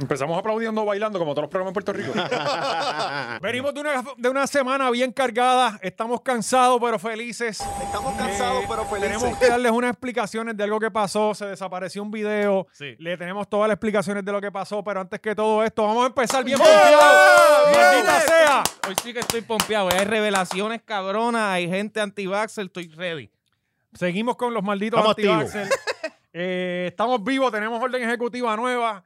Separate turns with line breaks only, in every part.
Empezamos aplaudiendo, bailando, como todos los programas en Puerto Rico.
Venimos de una, de una semana bien cargada. Estamos cansados, pero felices.
Estamos cansados,
Eh,
pero felices.
Tenemos que darles unas explicaciones de algo que pasó. Se desapareció un video.
Sí.
Le tenemos todas las explicaciones de lo que pasó. Pero antes que todo esto, vamos a empezar bien
¡Bien!
confiados.
¡Bien!
¡Maldita sea!
Hoy sí que estoy pompeado. eh. Hay revelaciones cabronas, hay gente anti-vaxxer, estoy ready.
Seguimos con los malditos
Estamos
antivaxxer. Eh, estamos vivos, tenemos orden ejecutiva nueva.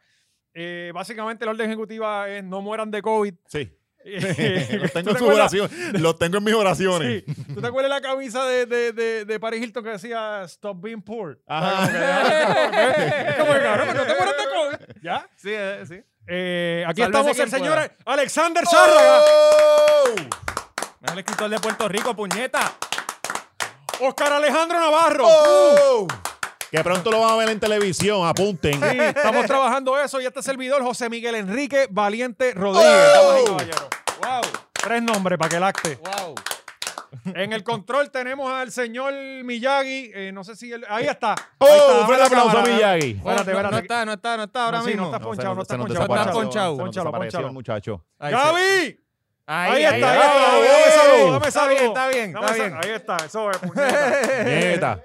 Eh, básicamente la orden ejecutiva es no mueran de COVID.
Sí.
Eh,
Los
¿tú te
tengo en sus
acuerdas?
oraciones. Los tengo en mis oraciones.
Sí. ¿Tú te acuerdas la camisa de, de, de, de Paris Hilton que decía Stop being poor?
Ajá.
Es como que, cabrón, pero no te mueras de COVID. ¿Ya?
Sí, eh, sí.
Eh, aquí
Sálvese
estamos el
quien
señor
pueda.
Oh.
Alexander Zárraga,
Es el escritor de Puerto Rico, puñeta.
Oscar Alejandro Navarro.
¡Oh! Que pronto lo van a ver en televisión, apunten.
Sí, estamos trabajando eso y este servidor José Miguel Enrique Valiente Rodríguez. damas y caballeros.
Wow,
Tres nombres para que el acte.
wow.
En el control tenemos al señor Miyagi. eh, no sé si él. Ahí está.
Oh,
Ahí está,
un
abre
fuerte
la
aplauso a
cámara.
Miyagi.
Espérate,
no,
espérate.
está, no está, no está ahora
No, sí,
mismo.
no está ponchado,
se
no
nos-
está
se nos
ponchado.
No está
desapareció,
ponchado.
se nos
Ponchalo,
desapareció
ponchalo.
el muchacho.
Ahí sí.
¡Gaby! Ahí,
Ahí, ahí,
está, ahí,
ahí,
está.
ahí,
Dame
ahí.
saludo, dame
Está bien,
saludo.
está bien,
Dame
está
sa-
bien.
Ahí está, eso es, puñeta.
Nieta.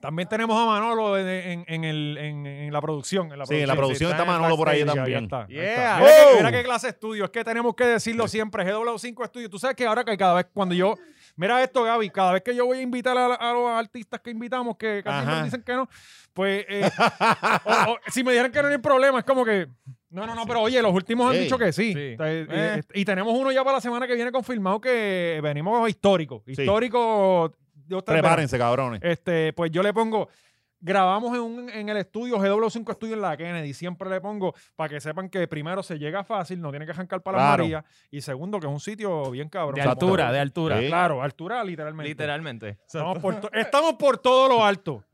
También tenemos a Manolo en, en- en el- en- en la producción. En la
Sí, en la producción está Manolo por ahí
Sí, ya- ya
también.
está, ahí
Yeah.
está.
Oh.
Mira, qué, mira qué clase de estudio. Es que tenemos que decirlo siempre. GW5 Estudio. Tú sabes que ahora que cada vez cuando yo... Mira esto, Gaby. Cada vez que yo voy a invitar a, a los artistas que invitamos, que casi
Ajá.
me dicen que no, pues... eh, o- o si me dijeran que no hay problema, es como que... No, no, no, pero oye, los últimos han
Sí.
dicho que sí.
Sí.
O sea, eh,
Eh.
eh, Y tenemos uno ya para la semana que viene confirmado que venimos histórico.
Sí.
Histórico... Dios te bendiga.
Prepárense, cabrones.
Este, pues yo le pongo, grabamos en, un- en el estudio, GW5 Estudio en la Kennedy, siempre le pongo para que sepan que primero se llega fácil, no tiene que jancar para las
Claro.
Marías, y segundo que es un sitio bien cabrón.
De
Exacto.
altura, de altura.
Sí.
Claro, altura literalmente.
Literalmente.
Estamos por, to- estamos por todo lo alto.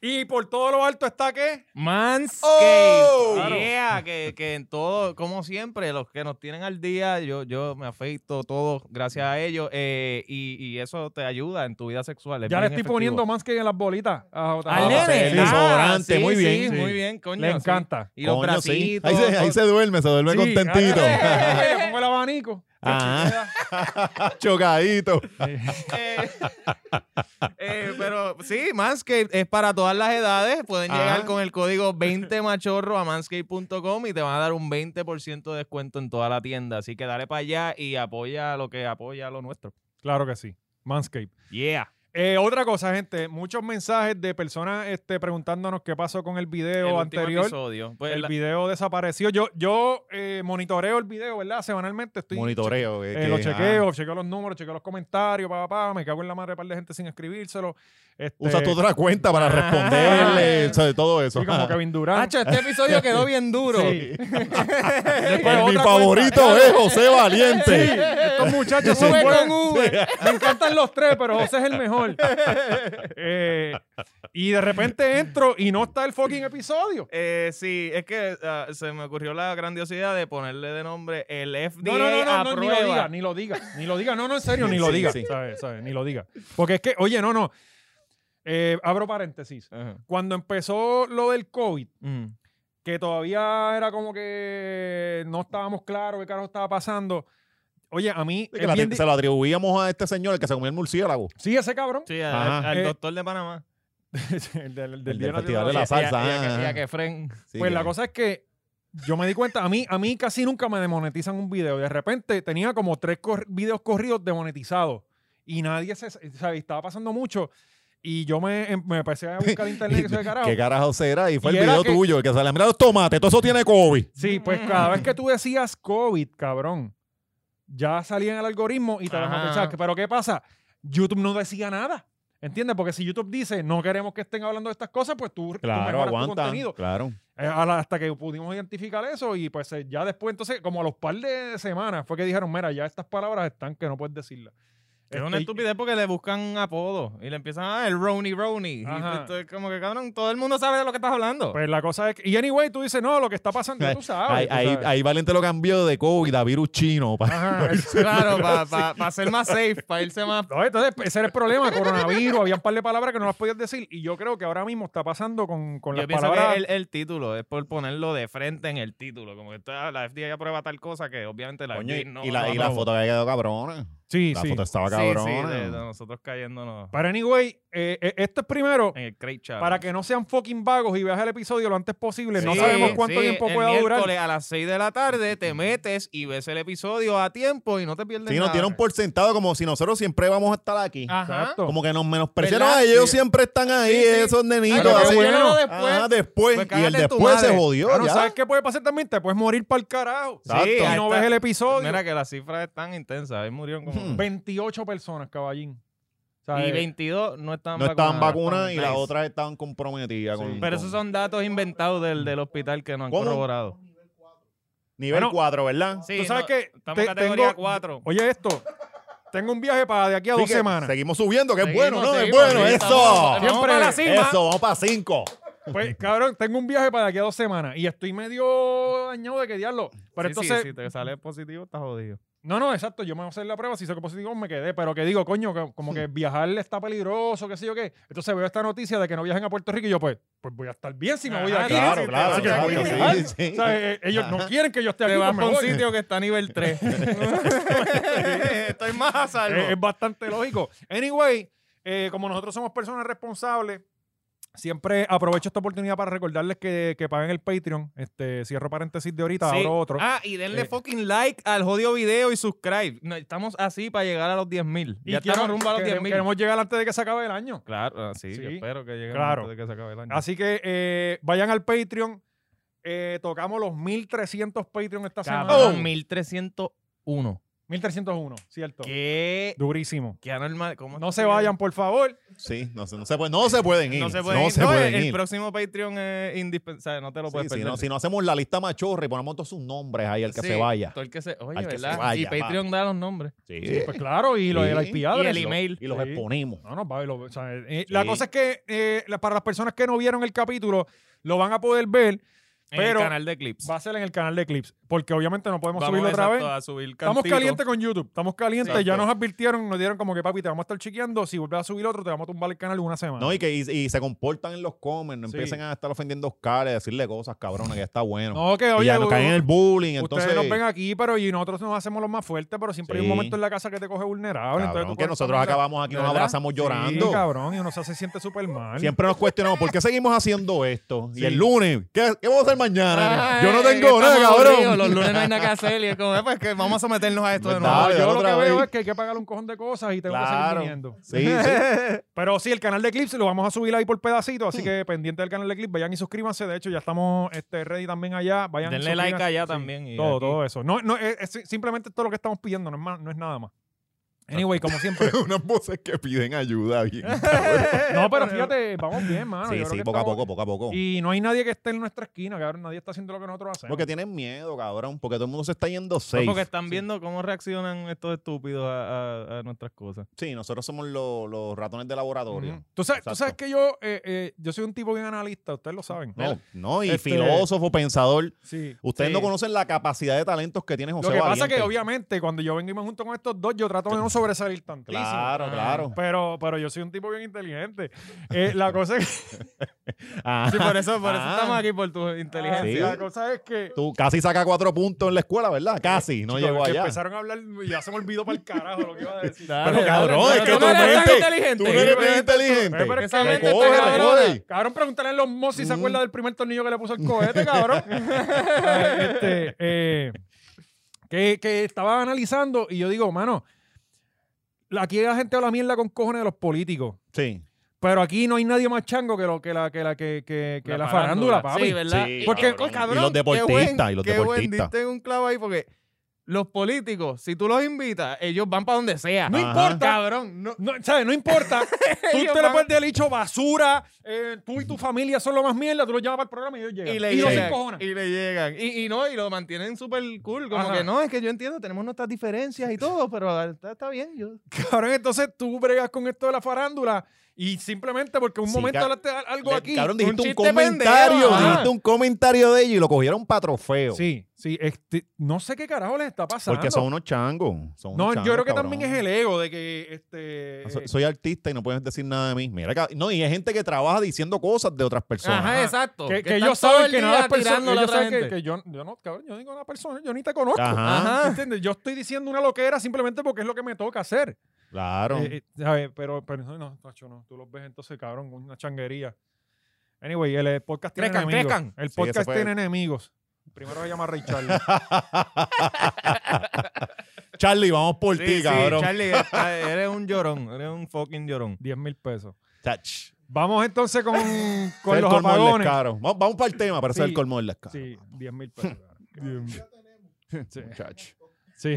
y por todo lo alto está que...
Manscaped.
Oh.
Yeah, que, que en todo, como siempre, los que nos tienen al día, yo, yo me afeito todo gracias a ellos. eh, y, y eso te ayuda en tu vida sexual. es
Ya le
bien
estoy
efectivo.
poniendo más que en las bolitas. a J.
Al
Ah,
nene.
sí, desodorante, muy bien.
sí,
Sí.
muy bien, coño.
Le
sí.
encanta.
Y los
Coño, sí.
bracitos.
Ahí se, ahí se duerme, se duerme
Sí,
contentito.
Le pongo el abanico.
Ajá. Ah. Chocadito.
Eh, eh, pero sí, Manscaped es para todas las edades. Pueden
Ajá.
llegar con el código 20machorro a manscaped.com y te van a dar un 20% de descuento en toda la tienda. Así que dale para allá y apoya lo que apoya lo nuestro.
Claro que sí. Manscape.
Yeah.
Eh, otra cosa, gente, muchos mensajes de personas este, preguntándonos qué pasó con el video
El último
anterior.
episodio. Pues,
El
la-
video desapareció. Yo, yo eh, monitoreo el video, ¿verdad? Semanalmente estoy.
Monitoreo. que-
eh,
que-
lo
ah.
chequeo, chequeo los números, chequeo los comentarios, papá, me cago en la madre de par de gente sin escribírselo. Este,
Usa tu otra cuenta para responderle, sobre todo eso.
sí, como Kevin Durant.
Hacho, este episodio quedó bien duro.
Sí.
eh,
El-
Después
Pues mi
otra
favorito es José Valiente.
Sí, estos muchachos son
V
buenos.
con V.
Me encantan los tres, pero José es el mejor. Eh, y de repente entro y no está el fucking episodio.
Eh, sí, es que ah, se me ocurrió la grandiosidad de ponerle de nombre el FDA
No, no, no, no, no, ni lo
aprueba.
diga, ni lo diga, ni lo diga, no, no, en serio, ni lo
Sí,
diga,
sí.
¿sabes? ¿sabes? Ni lo diga. Porque es que, oye, no, no, Eh, abro paréntesis.
Ajá.
Cuando empezó lo del COVID,
Mm.
que todavía era como que no estábamos claros qué carajo estaba pasando, oye, a mí,
Que
es
la-
bien di-
se lo atribuíamos a este señor el que se comió el murciélago.
sí, ese cabrón,
Sí, al,
Ajá.
al
Eh,
doctor de Panamá.
el del, el del
El
Día
del
Nacional
Festival
de
de
la-
la Salsa.
Y a, y a que- y a
ah.
que fren.
Sí,
Pues la
que-
cosa es que yo me di cuenta, a mí, a mí casi nunca me demonetizan un video. De repente tenía como tres cor- videos corridos demonetizados y nadie se. ¿sabes? Estaba pasando mucho. Y yo me, em- me empecé a buscar internet que soy de carajo.
¿Qué carajo será? Y fue
Y
el
era
video
que-
tuyo, el que sale. Mira los tomates, todo eso tiene COVID.
Sí, pues cada vez que tú decías COVID, cabrón, ya salía en el algoritmo y te
Ajá.
demonetizaban. Pero ¿qué pasa? YouTube no decía nada. ¿Entiendes? Porque si YouTube dice no queremos que estén hablando de estas cosas, pues tú, tú
Claro,
mejoras tu
aguanta.
contenido.
Claro.
Eh, a la- hasta que pudimos identificar eso y pues eh, ya después, entonces, como a los par de semanas fue que dijeron, mira, ya estas palabras están que no puedes decirlas.
Es
Este,
una estupidez porque le buscan apodo y le empiezan a el Rony Rony. Y
Ajá.
esto es como que, cabrón, todo el mundo sabe de lo que estás hablando.
Pues la cosa es que, y anyway, tú dices, no, lo que está pasando, ya tú sabes.
Ahí,
Ah, tú
ahí,
sabes.
ahí Valente lo cambió de COVID a virus chino. pa-
Ajá,
claro, para ser más safe, para irse más.
No, entonces, ese era el problema, coronavirus, había un par de palabras que no las podías decir y yo creo que ahora mismo está pasando con, con las
Yo pienso
palabras...
que es el, el título, es por ponerlo de frente en el título. Como que está- la FDA aprueba tal cosa que obviamente la
Coño,
FDA
y,
Ah, no.
y la,
no
y la
aprobó.
foto había quedado cabrona.
Sí,
La
sí.
foto estaba
Sí, sí,
cabrona.
de, de nosotros cayéndonos
Pero anyway, eh, eh, esto es primero
en el Crate Challenge.
para que no sean fucking vagos y veas el episodio lo antes posible. no
Sí,
sabemos cuánto
sí,
tiempo
el
pueda durar.
miércoles a las 6 de la tarde te metes y ves el episodio a tiempo y no te pierdes
Sí,
nada.
nos dieron por sentado como si nosotros siempre vamos a estar aquí.
Ajá.
Exacto.
Como que nos menospreciaron.
¿Verdad?
Ah, ellos
Sí.
siempre están ahí,
Sí, sí.
esos nenitos.
Pero Ah, qué
así.
bueno.
después.
Ajá, después.
Pues
y el
cágate tu
después se
madre.
jodió.
Claro,
ya.
Ah, ¿sabes qué puede pasar también? Te puedes morir para el carajo.
Exacto.
Sí,
y
ahí
no
está.
ves el episodio.
Mira que las cifras están intensas. Ahí murieron como.
Hmm.
28 personas, caballín. O sea,
Y
eh,
22 no estaban
No estaban vacunas y
Nice.
las otras estaban comprometidas.
Sí.
Con,
Pero esos
con-
son datos inventados del, del hospital que no han
¿Cómo?
corroborado.
Nivel
Bueno,
4, ¿verdad?
Sí,
Tú sabes
no,
que
Estamos en
te-
categoría
tengo-
4.
Oye, esto. Tengo un viaje para de aquí a
Así
dos
que
semanas.
Seguimos subiendo, que es
Seguimos,
bueno, ¿no? Es
seguimos,
bueno,
sí,
eso.
estamos- Vamos para la cima.
Eso, vamos para 5.
Pues, cabrón, tengo un viaje para de aquí a dos semanas. Y estoy medio dañado de que diablo. Pero
Sí, sí,
entonces.
si te sale positivo, estás jodido.
No, no, exacto. Yo me voy a hacer la prueba. Si saco positivo, me quedé. Pero que digo, coño, que- como
Hmm.
que viajar está peligroso, qué sé yo qué. Entonces veo esta noticia de que no viajen a Puerto Rico. Y yo, pues, pues voy a estar bien si me voy de
Ajá,
aquí.
claro,
Sí,
claro,
así que
claro,
voy a
sí,
viajar.
sí.
O sea, eh, ellos no quieren que yo esté aquí.
Te vas
pues me
para un
voy.
sitio que está a nivel 3. Estoy más a salvo.
Es, es bastante lógico. Anyway, eh, como nosotros somos personas responsables, siempre aprovecho esta oportunidad para recordarles que, que paguen el Patreon. Este, cierro paréntesis de ahorita,
Sí.
abro otro.
Ah, y denle
Eh.
fucking like al jodido video y subscribe. No, estamos así para llegar a los 10.000.
Y
Ya
quiero-
estamos rumbo a los
queremos,
10.000.
queremos llegar antes de que se acabe el año.
Claro, ah, sí,
Sí,
yo espero que llegue
claro.
antes de que se acabe el año.
Así que eh, vayan al Patreon. Eh, tocamos los 1300 Patreon esta
Cabrón,
semana.
1301.
1301, cierto.
¿Qué?
Durísimo.
¿Qué anormal? ¿Cómo
No
es
se
que-
vayan, por favor.
Sí, no se, no se puede- no se pueden ir.
No se pueden ir. No, el, el próximo Patreon es indispensable. No te lo
Sí,
puedes
si,
perder.
no, si no hacemos la lista machorra y ponemos todos sus nombres ahí, el que
Sí,
se vaya.
todo el que se, oye,
Al que se
¿verdad? y
vaya,
Patreon da los nombres.
Sí.
Pues claro, y lo
Sí.
del IP
Y
address.
el email.
Y los
Sí.
exponemos.
No, no, va, lo- o sea, eh, La
Sí.
cosa es que eh, la- para las personas que no vieron el capítulo, lo van a poder ver.
en
Pero-
el canal de clips.
Va a ser en el canal de clips, porque obviamente no podemos
Vamos
subirlo otra vez.
exacto, a subir
Estamos
cantito.
calientes con YouTube, estamos calientes.
Sí.
Ya nos advirtieron, nos dieron como que papi, te vamos a estar chequeando. Si vuelves a subir otro, te vamos a tumbar el canal una semana.
No, y que y, y se comportan en los comments, no
Sí.
empiecen a estar ofendiendo a Oscar y a decirle cosas cabronas, que está bueno.
No, que
y
oye,
ya nos caen en el bullying, entonces.
ustedes nos ven aquí, pero y nosotros nos hacemos los más fuertes, pero siempre hay un
Sí.
momento en la casa que te coge vulnerable.
cabrón,
entonces tú
que
puedes
nosotros
estar-
acabamos aquí, nos
¿Verdad?
abrazamos llorando.
Sí, cabrón, y uno se, se siente súper mal.
Siempre nos cuestionamos por qué seguimos haciendo esto. Y
Sí.
el lunes, ¿qué, qué vamos a hacer mañana?
Ah,
Yo no
es que
tengo nada,
estamos aburridos,
cabrón.
Los lunes no hay nada que hacer. Y es como, eh, pues que vamos a someternos a esto de
¿Verdad?
nuevo.
No,
Dale,
yo lo
otra
que veo
vez.
es que hay que pagar un cojón de cosas y tengo que seguir
Claro.
viniendo.
Sí, sí.
Pero sí, el canal de clips lo vamos a subir ahí por pedacitos,
Mm.
así que pendiente del canal de clips, vayan y suscríbanse. De hecho, ya estamos este, ready también allá. Vayan y
Denle like
suscríbanse.
allá
Sí,
también. y
Todo,
aquí.
todo eso. No, no, eh, es, es simplemente todo lo que estamos pidiendo, no es, más, no es nada más. Anyway, como siempre.
Unas voces que piden ayuda. bien.
No, pero fíjate, vamos bien, mano.
sí,
yo creo
sí,
que
poco a
estamos-
poco, poco a poco.
Y no hay nadie que esté en nuestra esquina, cabrón. Nadie está haciendo lo que nosotros hacemos.
Porque tienen miedo, cabrón, porque todo el mundo se está yendo
Pues
safe.
Porque están viendo cómo reaccionan estos estúpidos a, a- a nuestras cosas.
Sí, nosotros somos los, los ratones de laboratorio.
Ujú. ¿Tú, sabes, tú
Exacto.
sabes que yo, eh, eh, yo soy un tipo bien analista, ustedes lo saben.
No, no, y
Este-
filósofo, pensador.
Sí.
Ustedes
Sí.
no conocen la capacidad de talentos que tiene José
Lo que pasa es
Valiente.
que obviamente cuando yo vengo y me junto con estos dos, yo trato de no sobresalir tantísimo.
Claro,
Ah,
claro.
Pero, pero yo soy un tipo bien inteligente. Eh, la, cosa es
Ah,
Sí, por eso, por eso
Ah.
estamos aquí, por tu
que,
inteligencia.
Sí.
la cosa es que
Tú casi saca cuatro puntos en la escuela, ¿verdad? Casi, no
Chico,
llegó
es que
allá.
empezaron a hablar y ya se me olvidó para el carajo lo que iba a decir.
Dale,
Pero,
dale,
cabrón,
dale,
es que
tú
tu
no eres tan
mente-
inteligente.
Tú no eres bien
Eh, pero
inteligente.
es
Esa
que-
mente
Recoge,
está cabrona.
recoge.
Cabrón, pregúntale a los Moss si se
Mm.
acuerda del primer tornillo que le puso el cohete, cabrón. Eh, este, eh, que, que estaba analizando y yo digo, mano, la- aquí la gente habla mierda con cojones de los políticos.
Sí.
Pero aquí no hay nadie más chango que, lo, que, la, que, la, que, que, que la,
farándula.
farándula, papi.
Sí, ¿verdad?
Sí,
Y-
Porque,
cabrón,
Y los
qué
deportistas,
buen-
y los
qué buen
deportistas.
diste un clavo ahí porque los políticos, si tú los invitas, ellos van para donde sea.
No
Ajá.
importa.
Cabrón, no-
No, ¿sabes? No importa. tú
Ellos
te le
van-
puedes haber dicho basura, eh, tú y tu familia son lo más mierda, tú lo llamas para el programa y ellos llegan.
Y le,
y los
llegan,
encojonan.
y le llegan. Y, y no, y lo mantienen súper cool. Como
Ajá.
que no, es que yo entiendo, tenemos nuestras diferencias y todo, pero está, está bien. Yo.
Cabrón, entonces tú bregas con esto de la farándula y simplemente porque un
Sí,
momento
ca-
hablaste al- algo
Le-
aquí.
Cabrón,
un
dijiste un,
chiste
comentario,
pendejo, ajá.
dijiste un comentario de ellos y lo cogieron para trofeo.
Sí, sí. este, no sé qué carajo les está pasando.
porque son unos changos. son unos
no, yo
changos,
creo que
cabrón.
también es el ego de que este.
Soy, soy artista y no puedes decir nada de mí. Mira, ca- no, y hay gente que trabaja diciendo cosas de otras personas.
Ajá, exacto.
que, que
están
ellos
todo
saben
el
que no
día
las personas.
tirándole a
Ellos
otra
saben que,
gente.
que yo, yo no, cabrón, yo no digo una persona, yo ni te conozco.
Ajá,
Ajá.
¿Entiendes? Yo estoy diciendo una loquera simplemente porque es lo que me toca hacer.
claro.
Eh, eh, ¿sabes? Pero, pero no, no, tacho, no. Tú los ves entonces, cabrón, con una changuería. Anyway, el, eh, podcast tiene
Crezcan,
enemigos.
crezcan.
El
Sí,
podcast
ese fue
tiene
el-
enemigos. Primero se llama Ray Charlie.
Charlie, vamos por
Sí,
ti,
sí,
cabrón.
Charlie, está- eres un llorón, eres un fucking llorón.
10 mil pesos.
Tach.
Vamos entonces con, con
Ese es el
los
colmo del
apagones.
descaro. Vamos, vamos para el tema para hacer
Sí.
el colmo del descaro.
Sí, 10 mil pesos. cabrón. Sí.
Muchacho.
Sí.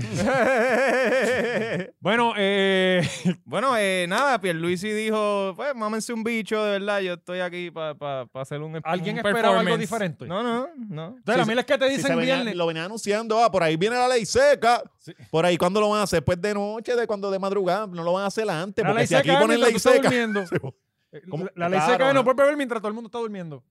bueno, eh,
Bueno, eh, nada, Pierluisi dijo, pues mámense un bicho, de verdad, yo estoy aquí para hacer un
¿Alguien
un
esperaba algo
performance".
diferente?
No, no, no.
entonces, la mierda es que te
Si
dicen
se venía-
viernes.
lo venía anunciando, ah, por ahí viene la ley seca.
Sí.
Por ahí, ¿cuándo lo van a hacer? Pues de noche, de cuando de madrugada, no lo van a hacer antes.
La
porque
ley
si
seca
aquí ponen
mientras
ley
tú estás
seca.
durmiendo. Eh,
¿Cómo?
La, la ley
Claro,
seca de
ajá.
no puedes beber mientras todo el mundo está durmiendo.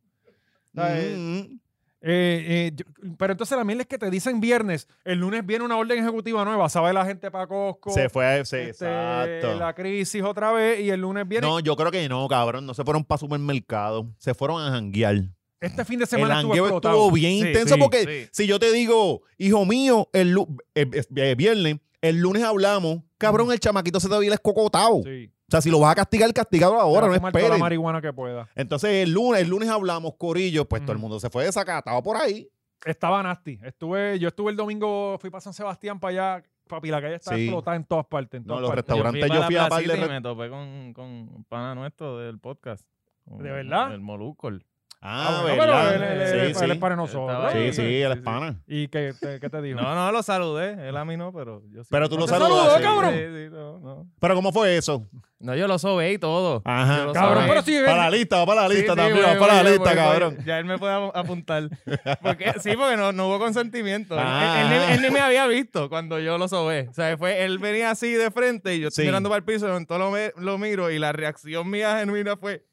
¿Sabes?
Mm, mm.
Eh, eh, yo- pero entonces la mierda es que te dicen viernes, el lunes viene una orden ejecutiva nueva, sabe la gente para Costco,
Se fue, sí,
este,
exacto.
la crisis otra vez y el lunes viene.
No, yo creo que no, cabrón. No se fueron para supermercado. Se fueron a janguear.
Este fin de
El
semana estuvo
jangueo
explotado.
estuvo bien
Sí,
intenso
sí,
porque
sí.
si yo te digo, hijo mío, el lu- eh, eh, eh, viernes, el lunes hablamos, cabrón, el chamaquito se te había escocotado.
Mm. Sí.
O sea, si lo vas a castigar, castigado
Ahora
ahora, no
la
esperes.
marihuana que pueda.
Entonces el lunes, el lunes hablamos, Corillo, pues todo el
Ujú.
mundo se fue desacatado por ahí.
Estaba nasty. Estuve, yo estuve el domingo, fui para San Sebastián para allá, papi, la calle está
Sí.
explotada en todas partes. en
No,
todas
los
partes.
restaurantes,
pa'
yo
la
fui a par de
placita y
re-
me topé con, con un pana nuestro del podcast. Con
¿De verdad?
El Molucol.
Ah,
bueno,
¿verdad?
pero él- él- él-
sí,
él es
sí.
para nosotros.
Estaba ahí.
Sí, sí, él es
Sí, sí.
pana.
¿Y qué te, qué te dijo?
No, no, lo saludé. Él a mí no, pero yo sí.
Pero tú lo
te saludó,
saludaste.
cabrón.
Sí, sí, no, no.
Pero ¿cómo fue eso?
No, yo lo sobé y todo. Yo
Ajá.
lo
Cabrón,
sabe.
pero sí,
Para la lista, va para la
Sí,
lista
sí,
también,
voy,
va para
voy,
la
voy,
lista,
voy, voy.
cabrón.
Ya él me puede ap- apuntar. Porque, sí, porque no, no hubo consentimiento. Él-
Ah.
Él, él ni- él ni me había visto cuando yo lo sobé. O sea, fue, él venía así de frente y yo estoy
Sí.
mirando para el piso, entonces lo, me- lo miro y la reacción mía genuina fue,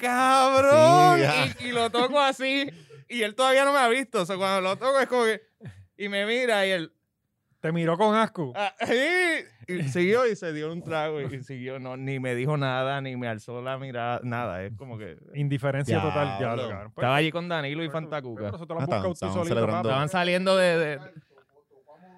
cabrón.
Sí, ya.
y, y lo toco así y él todavía no me ha visto. O sea, cuando lo toco es como que... Y me mira y él...
Te miró con asco.
"Ah, eh", y siguió y se dio un trago y, y siguió. No, ni me dijo nada, ni me alzó la mirada, nada. Es como que...
Indiferencia total. Ya,
Diablo.
cabrón. Pues,
Estaba allí con Danilo y
pues, pues,
Fantacuca.
pero eso te lo has
Ah,
buscado
estaban-
tú
estaban
solito,
celebrando.
papi.
Estaban saliendo de. de-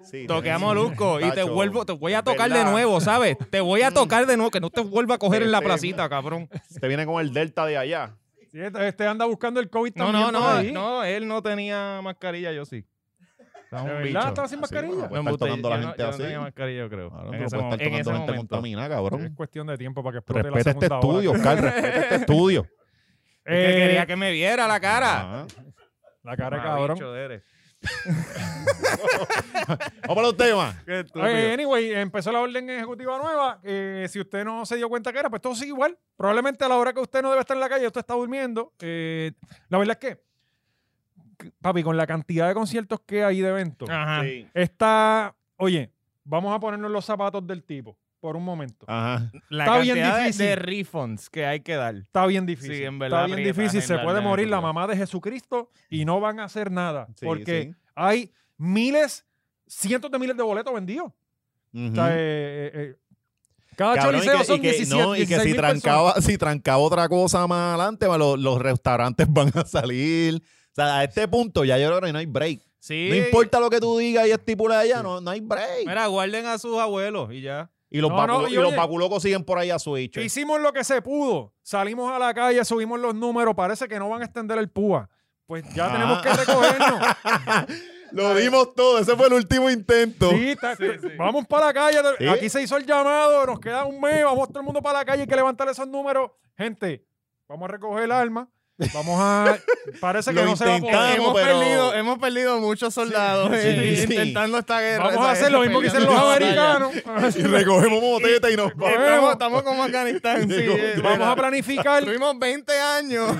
Sí,
toqué a
tenés-
Molusco y te
Tacho,
vuelvo, te voy a tocar
¿verdad? Mm. Este,
de nuevo, ¿sabes? Te voy a tocar de nuevo, que no te vuelva a coger en la
Sí, sí.
placita, cabrón.
Te viene con el delta de allá.
Sí, este este anda buscando el COVID
No,
también.
no,
por
no,
ahí.
no, él no tenía mascarilla, yo sí.
¿De
un
verdad
bicho.
estaba sin
Sí,
mascarilla?
bueno, pues,
me
estar tocando a la gente
yo
así.
no tenía mascarilla, yo creo.
Cabrón,
en
tú no
ese,
puedes
mo- en
estar
ese
tocando gente
momento.
contaminada,
es
cabrón.
cuestión de tiempo para que explote
Respeta
la
este
segunda ola.
estudio, Oscar, respeta este estudio.
Es que
Eh,
quería que me viera la cara.
Ajá.
La cara, de
Mamabicho
cabrón.
ah, eres.
Vamos para los temas.
Qué estúpido.
Oye, Eh, anyway, empezó la orden ejecutiva nueva. eh, si usted no se dio cuenta que era, pues todo sigue igual. Probablemente a la hora que usted no debe estar en la calle, usted está durmiendo. Eh, la verdad es que, papi, con la cantidad de conciertos que hay de eventos,
Ajá.
Sí.
está. Oye, vamos a ponernos los zapatos del tipo por un momento.
Ajá.
La
Está bien
cantidad de-
difícil.
de refunds que hay que dar.
Está bien difícil.
Sí, en verdad
Está bien
aprieta
difícil. Se
agendar
puede
la
morir la
época.
mamá de Jesucristo y no van a hacer nada.
Sí,
porque
sí.
hay miles, cientos de miles de boletos vendidos. O sea,
Ujú.
eh, eh, eh, cada
Cabrón, y
choliseo
que,
son
y que-
17,
no, y que
16.000
si
personas.
trancaba, si trancaba otra cosa más adelante, ma, los, los restaurantes van a salir. O sea, a este punto ya yo creo que no hay break.
Sí.
No importa lo que tú digas y estipules allá, no, no hay break.
Mira, guarden a sus abuelos y ya.
y los,
No,
vacu-
no, y
y los
oye-
vaculocos siguen por ahí a su hecho.
Hicimos lo que se pudo. Salimos a la calle, subimos los números. Parece que no van a extender el púa. Pues ya
Ah.
tenemos que recogernos.
Lo dimos todo, ese fue el último intento.
Sí, ta-
Sí, sí.
Vamos para la calle.
Sí.
Aquí se hizo el llamado. Nos queda un mes. Vamos todo el mundo para la calle. Hay que levantar esos números. Gente, vamos a recoger el alma. Vamos a. Parece que
Lo
no se va a
intentamos.
poder.
Vamos,
Hemos,
pero-
perdido, hemos perdido muchos soldados
Sí,
eh,
sí.
intentando esta guerra.
Vamos
esta
a hacer lo
guerra,
mismo que hicieron los
peleando esta batalla.
americanos.
Y recogemos botellas y nos
Estamos, estamos como Afganistán, sí. eh,
Vamos a
mira,
planificar.
Tuvimos 20 años.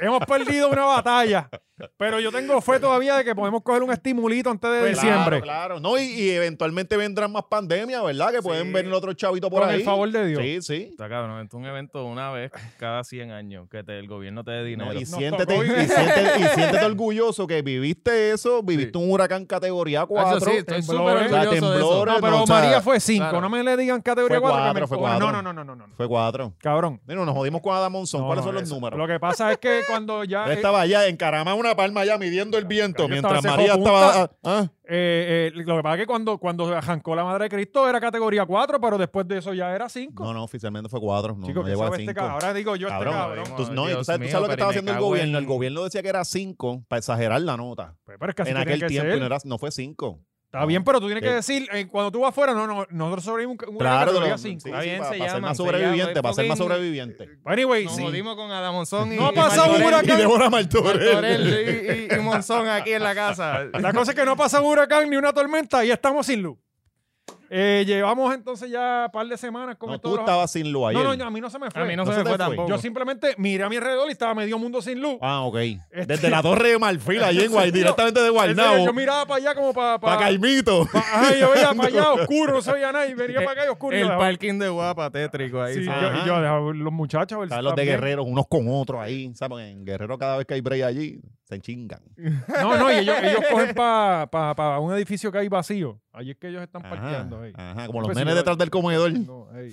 Hemos perdido una batalla. Pero yo tengo fe todavía de que podemos coger un estimulito antes de diciembre.
Claro, claro. No, y, y eventualmente vendrán más pandemias, ¿verdad? Que pueden venir otro chavito por
Con
ahí.
el favor de Dios.
Sí, sí.
Está cabrón, es un evento una vez cada 100 años que te- el gobierno te dé dinero.
No, y,
Nos
siéntete,
tocó
y,
vivir.
siéntete, y siéntete orgulloso que viviste eso, viviste un huracán categoría 4.
sí, estoy súper
tembló, ¿eh?
O sea,
orgulloso de eso.
temblores,
No, pero
no, o sea,
María fue 5.
claro.
No me le digan categoría
Fue
4.
cuatro, fue
no,
cuatro.
no, no, no, no, no.
Fue 4.
Cabrón.
Mira, nos jodimos con Adam Monzón.
No,
¿Cuáles
no,
son los
eso-
números?
Lo que pasa es que cuando ya
Yo
eh,
estaba allá encarama una palma allá midiendo el viento
Yo
mientras
estaba
María
seco
estaba. ah,
Eh, eh, lo que pasa es que cuando, cuando arrancó la madre de Cristo era categoría 4, pero después de eso ya era
ah.
5.
No, no, oficialmente fue 4. No,
Chicos,
no
que
llegó a
sabe este
5.
cabrón. Ahora digo yo
Cabrón,
este cabrón.
Tú- no, y tú
Dios
sabes, tú
mío,
sabes lo que
pero
estaba
me
haciendo el
cago
gobierno.
en-
El gobierno decía que era 5 para exagerar la nota.
Pues, pero es que así
en
que
aquel
tiene que
tiempo
ser.
no, era- no fue 5.
Está bien, pero tú tienes que
Sí.
decir, eh, cuando tú vas afuera, no, no, nosotros sobrevivimos un- una
Claro,
categoría
no,
5.
sí,
Está
sí,
bien,
para,
se
para ser
llaman,
más
se llaman,
sobreviviente, para ser más
fucking-
sobreviviente.
Anyway,
Nos
sí.
jodimos con Adam Monzón y
No ha pasado
Martorell.
un huracán.
Y Débora
Martorell y- y- y Monzón aquí en la casa.
La cosa es que no pasa un huracán ni una tormenta y estamos sin luz. Eh, llevamos entonces ya un par de semanas con
No,
esto.
tú estabas sin luz ayer.
No, no, a mí no se me fue.
a mí no,
¿No
se,
se
me
te
fue
fue?
tampoco.
Yo simplemente miré a mi alrededor y estaba medio mundo sin luz.
Ah, ok.
Este-
Desde la Torre de Marfil, allí en Guay,
Este-
directamente de
En serio, Yo
Guaynabo.
miraba para allá como para...
Para Caimito.
Ajá, y yo veía para allá oscuro, no se veía nada, y venía para acá y oscuro. y yo
El
dejaba-
parking de guapa tétrico ahí.
Sí,
sí.
yo,
Ajá.
y yo dejaba los muchachos. a ver si
Están los de
estaban bien.
guerreros, unos con otros ahí. ¿sabes? En guerrero, cada vez que hay break allí, se chingan.
No, no, y ellos, ellos cogen para un edificio que hay vacío. Allí es que ellos están parqueando. ey.
ajá, como los
Pues,
nenes
sí,
detrás del comedor.
No, ey.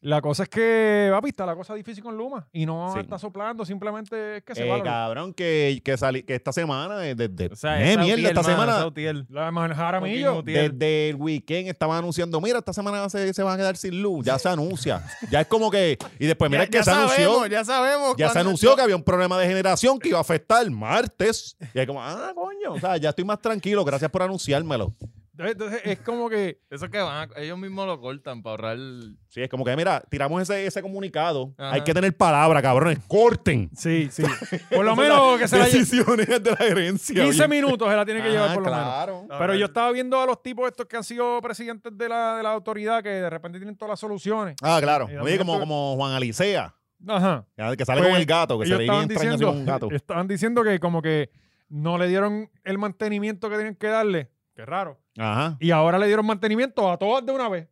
La cosa es que, papi, está la cosa difícil con Luma. Y no
Sí.
está soplando, simplemente es que se
Eh,
va la luz.
cabrón, que, que, sali- que esta semana, eh, desde.
O sea,
eh,
esa
mierda,
utiel,
esta
mano,
semana.
esa utiel.
La de Manjaramillo.
Fucking utiel.
Desde el weekend estaban anunciando, mira, esta semana se, se van a quedar sin luz. Ya se anuncia. Ya es como que. Y después, mira,
Ya-
es que
ya
se anunció.
sabemos, Ya sabemos.
Ya se
cuándo-
anunció que había un problema de generación que iba a afectar el martes. Y es como, ah, coño. O sea, ya estoy más tranquilo. Gracias por anunciármelo.
Entonces es como que.
Eso que van a- ellos mismos lo cortan para ahorrar. el-
Sí, es como que, mira, tiramos ese, ese comunicado.
Ajá.
Hay que tener palabra, cabrones. Corten.
Sí, sí. Por lo menos que se la lleve.
Decisiones de la herencia.
15
oye.
minutos se la tiene que llevar
Ah,
por lo menos.
claro.
Pero yo estaba viendo a los tipos estos que han sido presidentes de la, de la autoridad que de repente tienen todas las soluciones.
Ah, claro.
Eh,
Oye, como,
esto-
como Juan Alicea,
Ajá.
que sale
Pues,
con el gato, que se
Ellos
le bien
estaban
extraño así
diciendo,
con un gato.
estaban diciendo que como que no le dieron el mantenimiento que tienen que darle. Qué raro.
Ajá.
Y ahora le dieron mantenimiento a todas de una vez.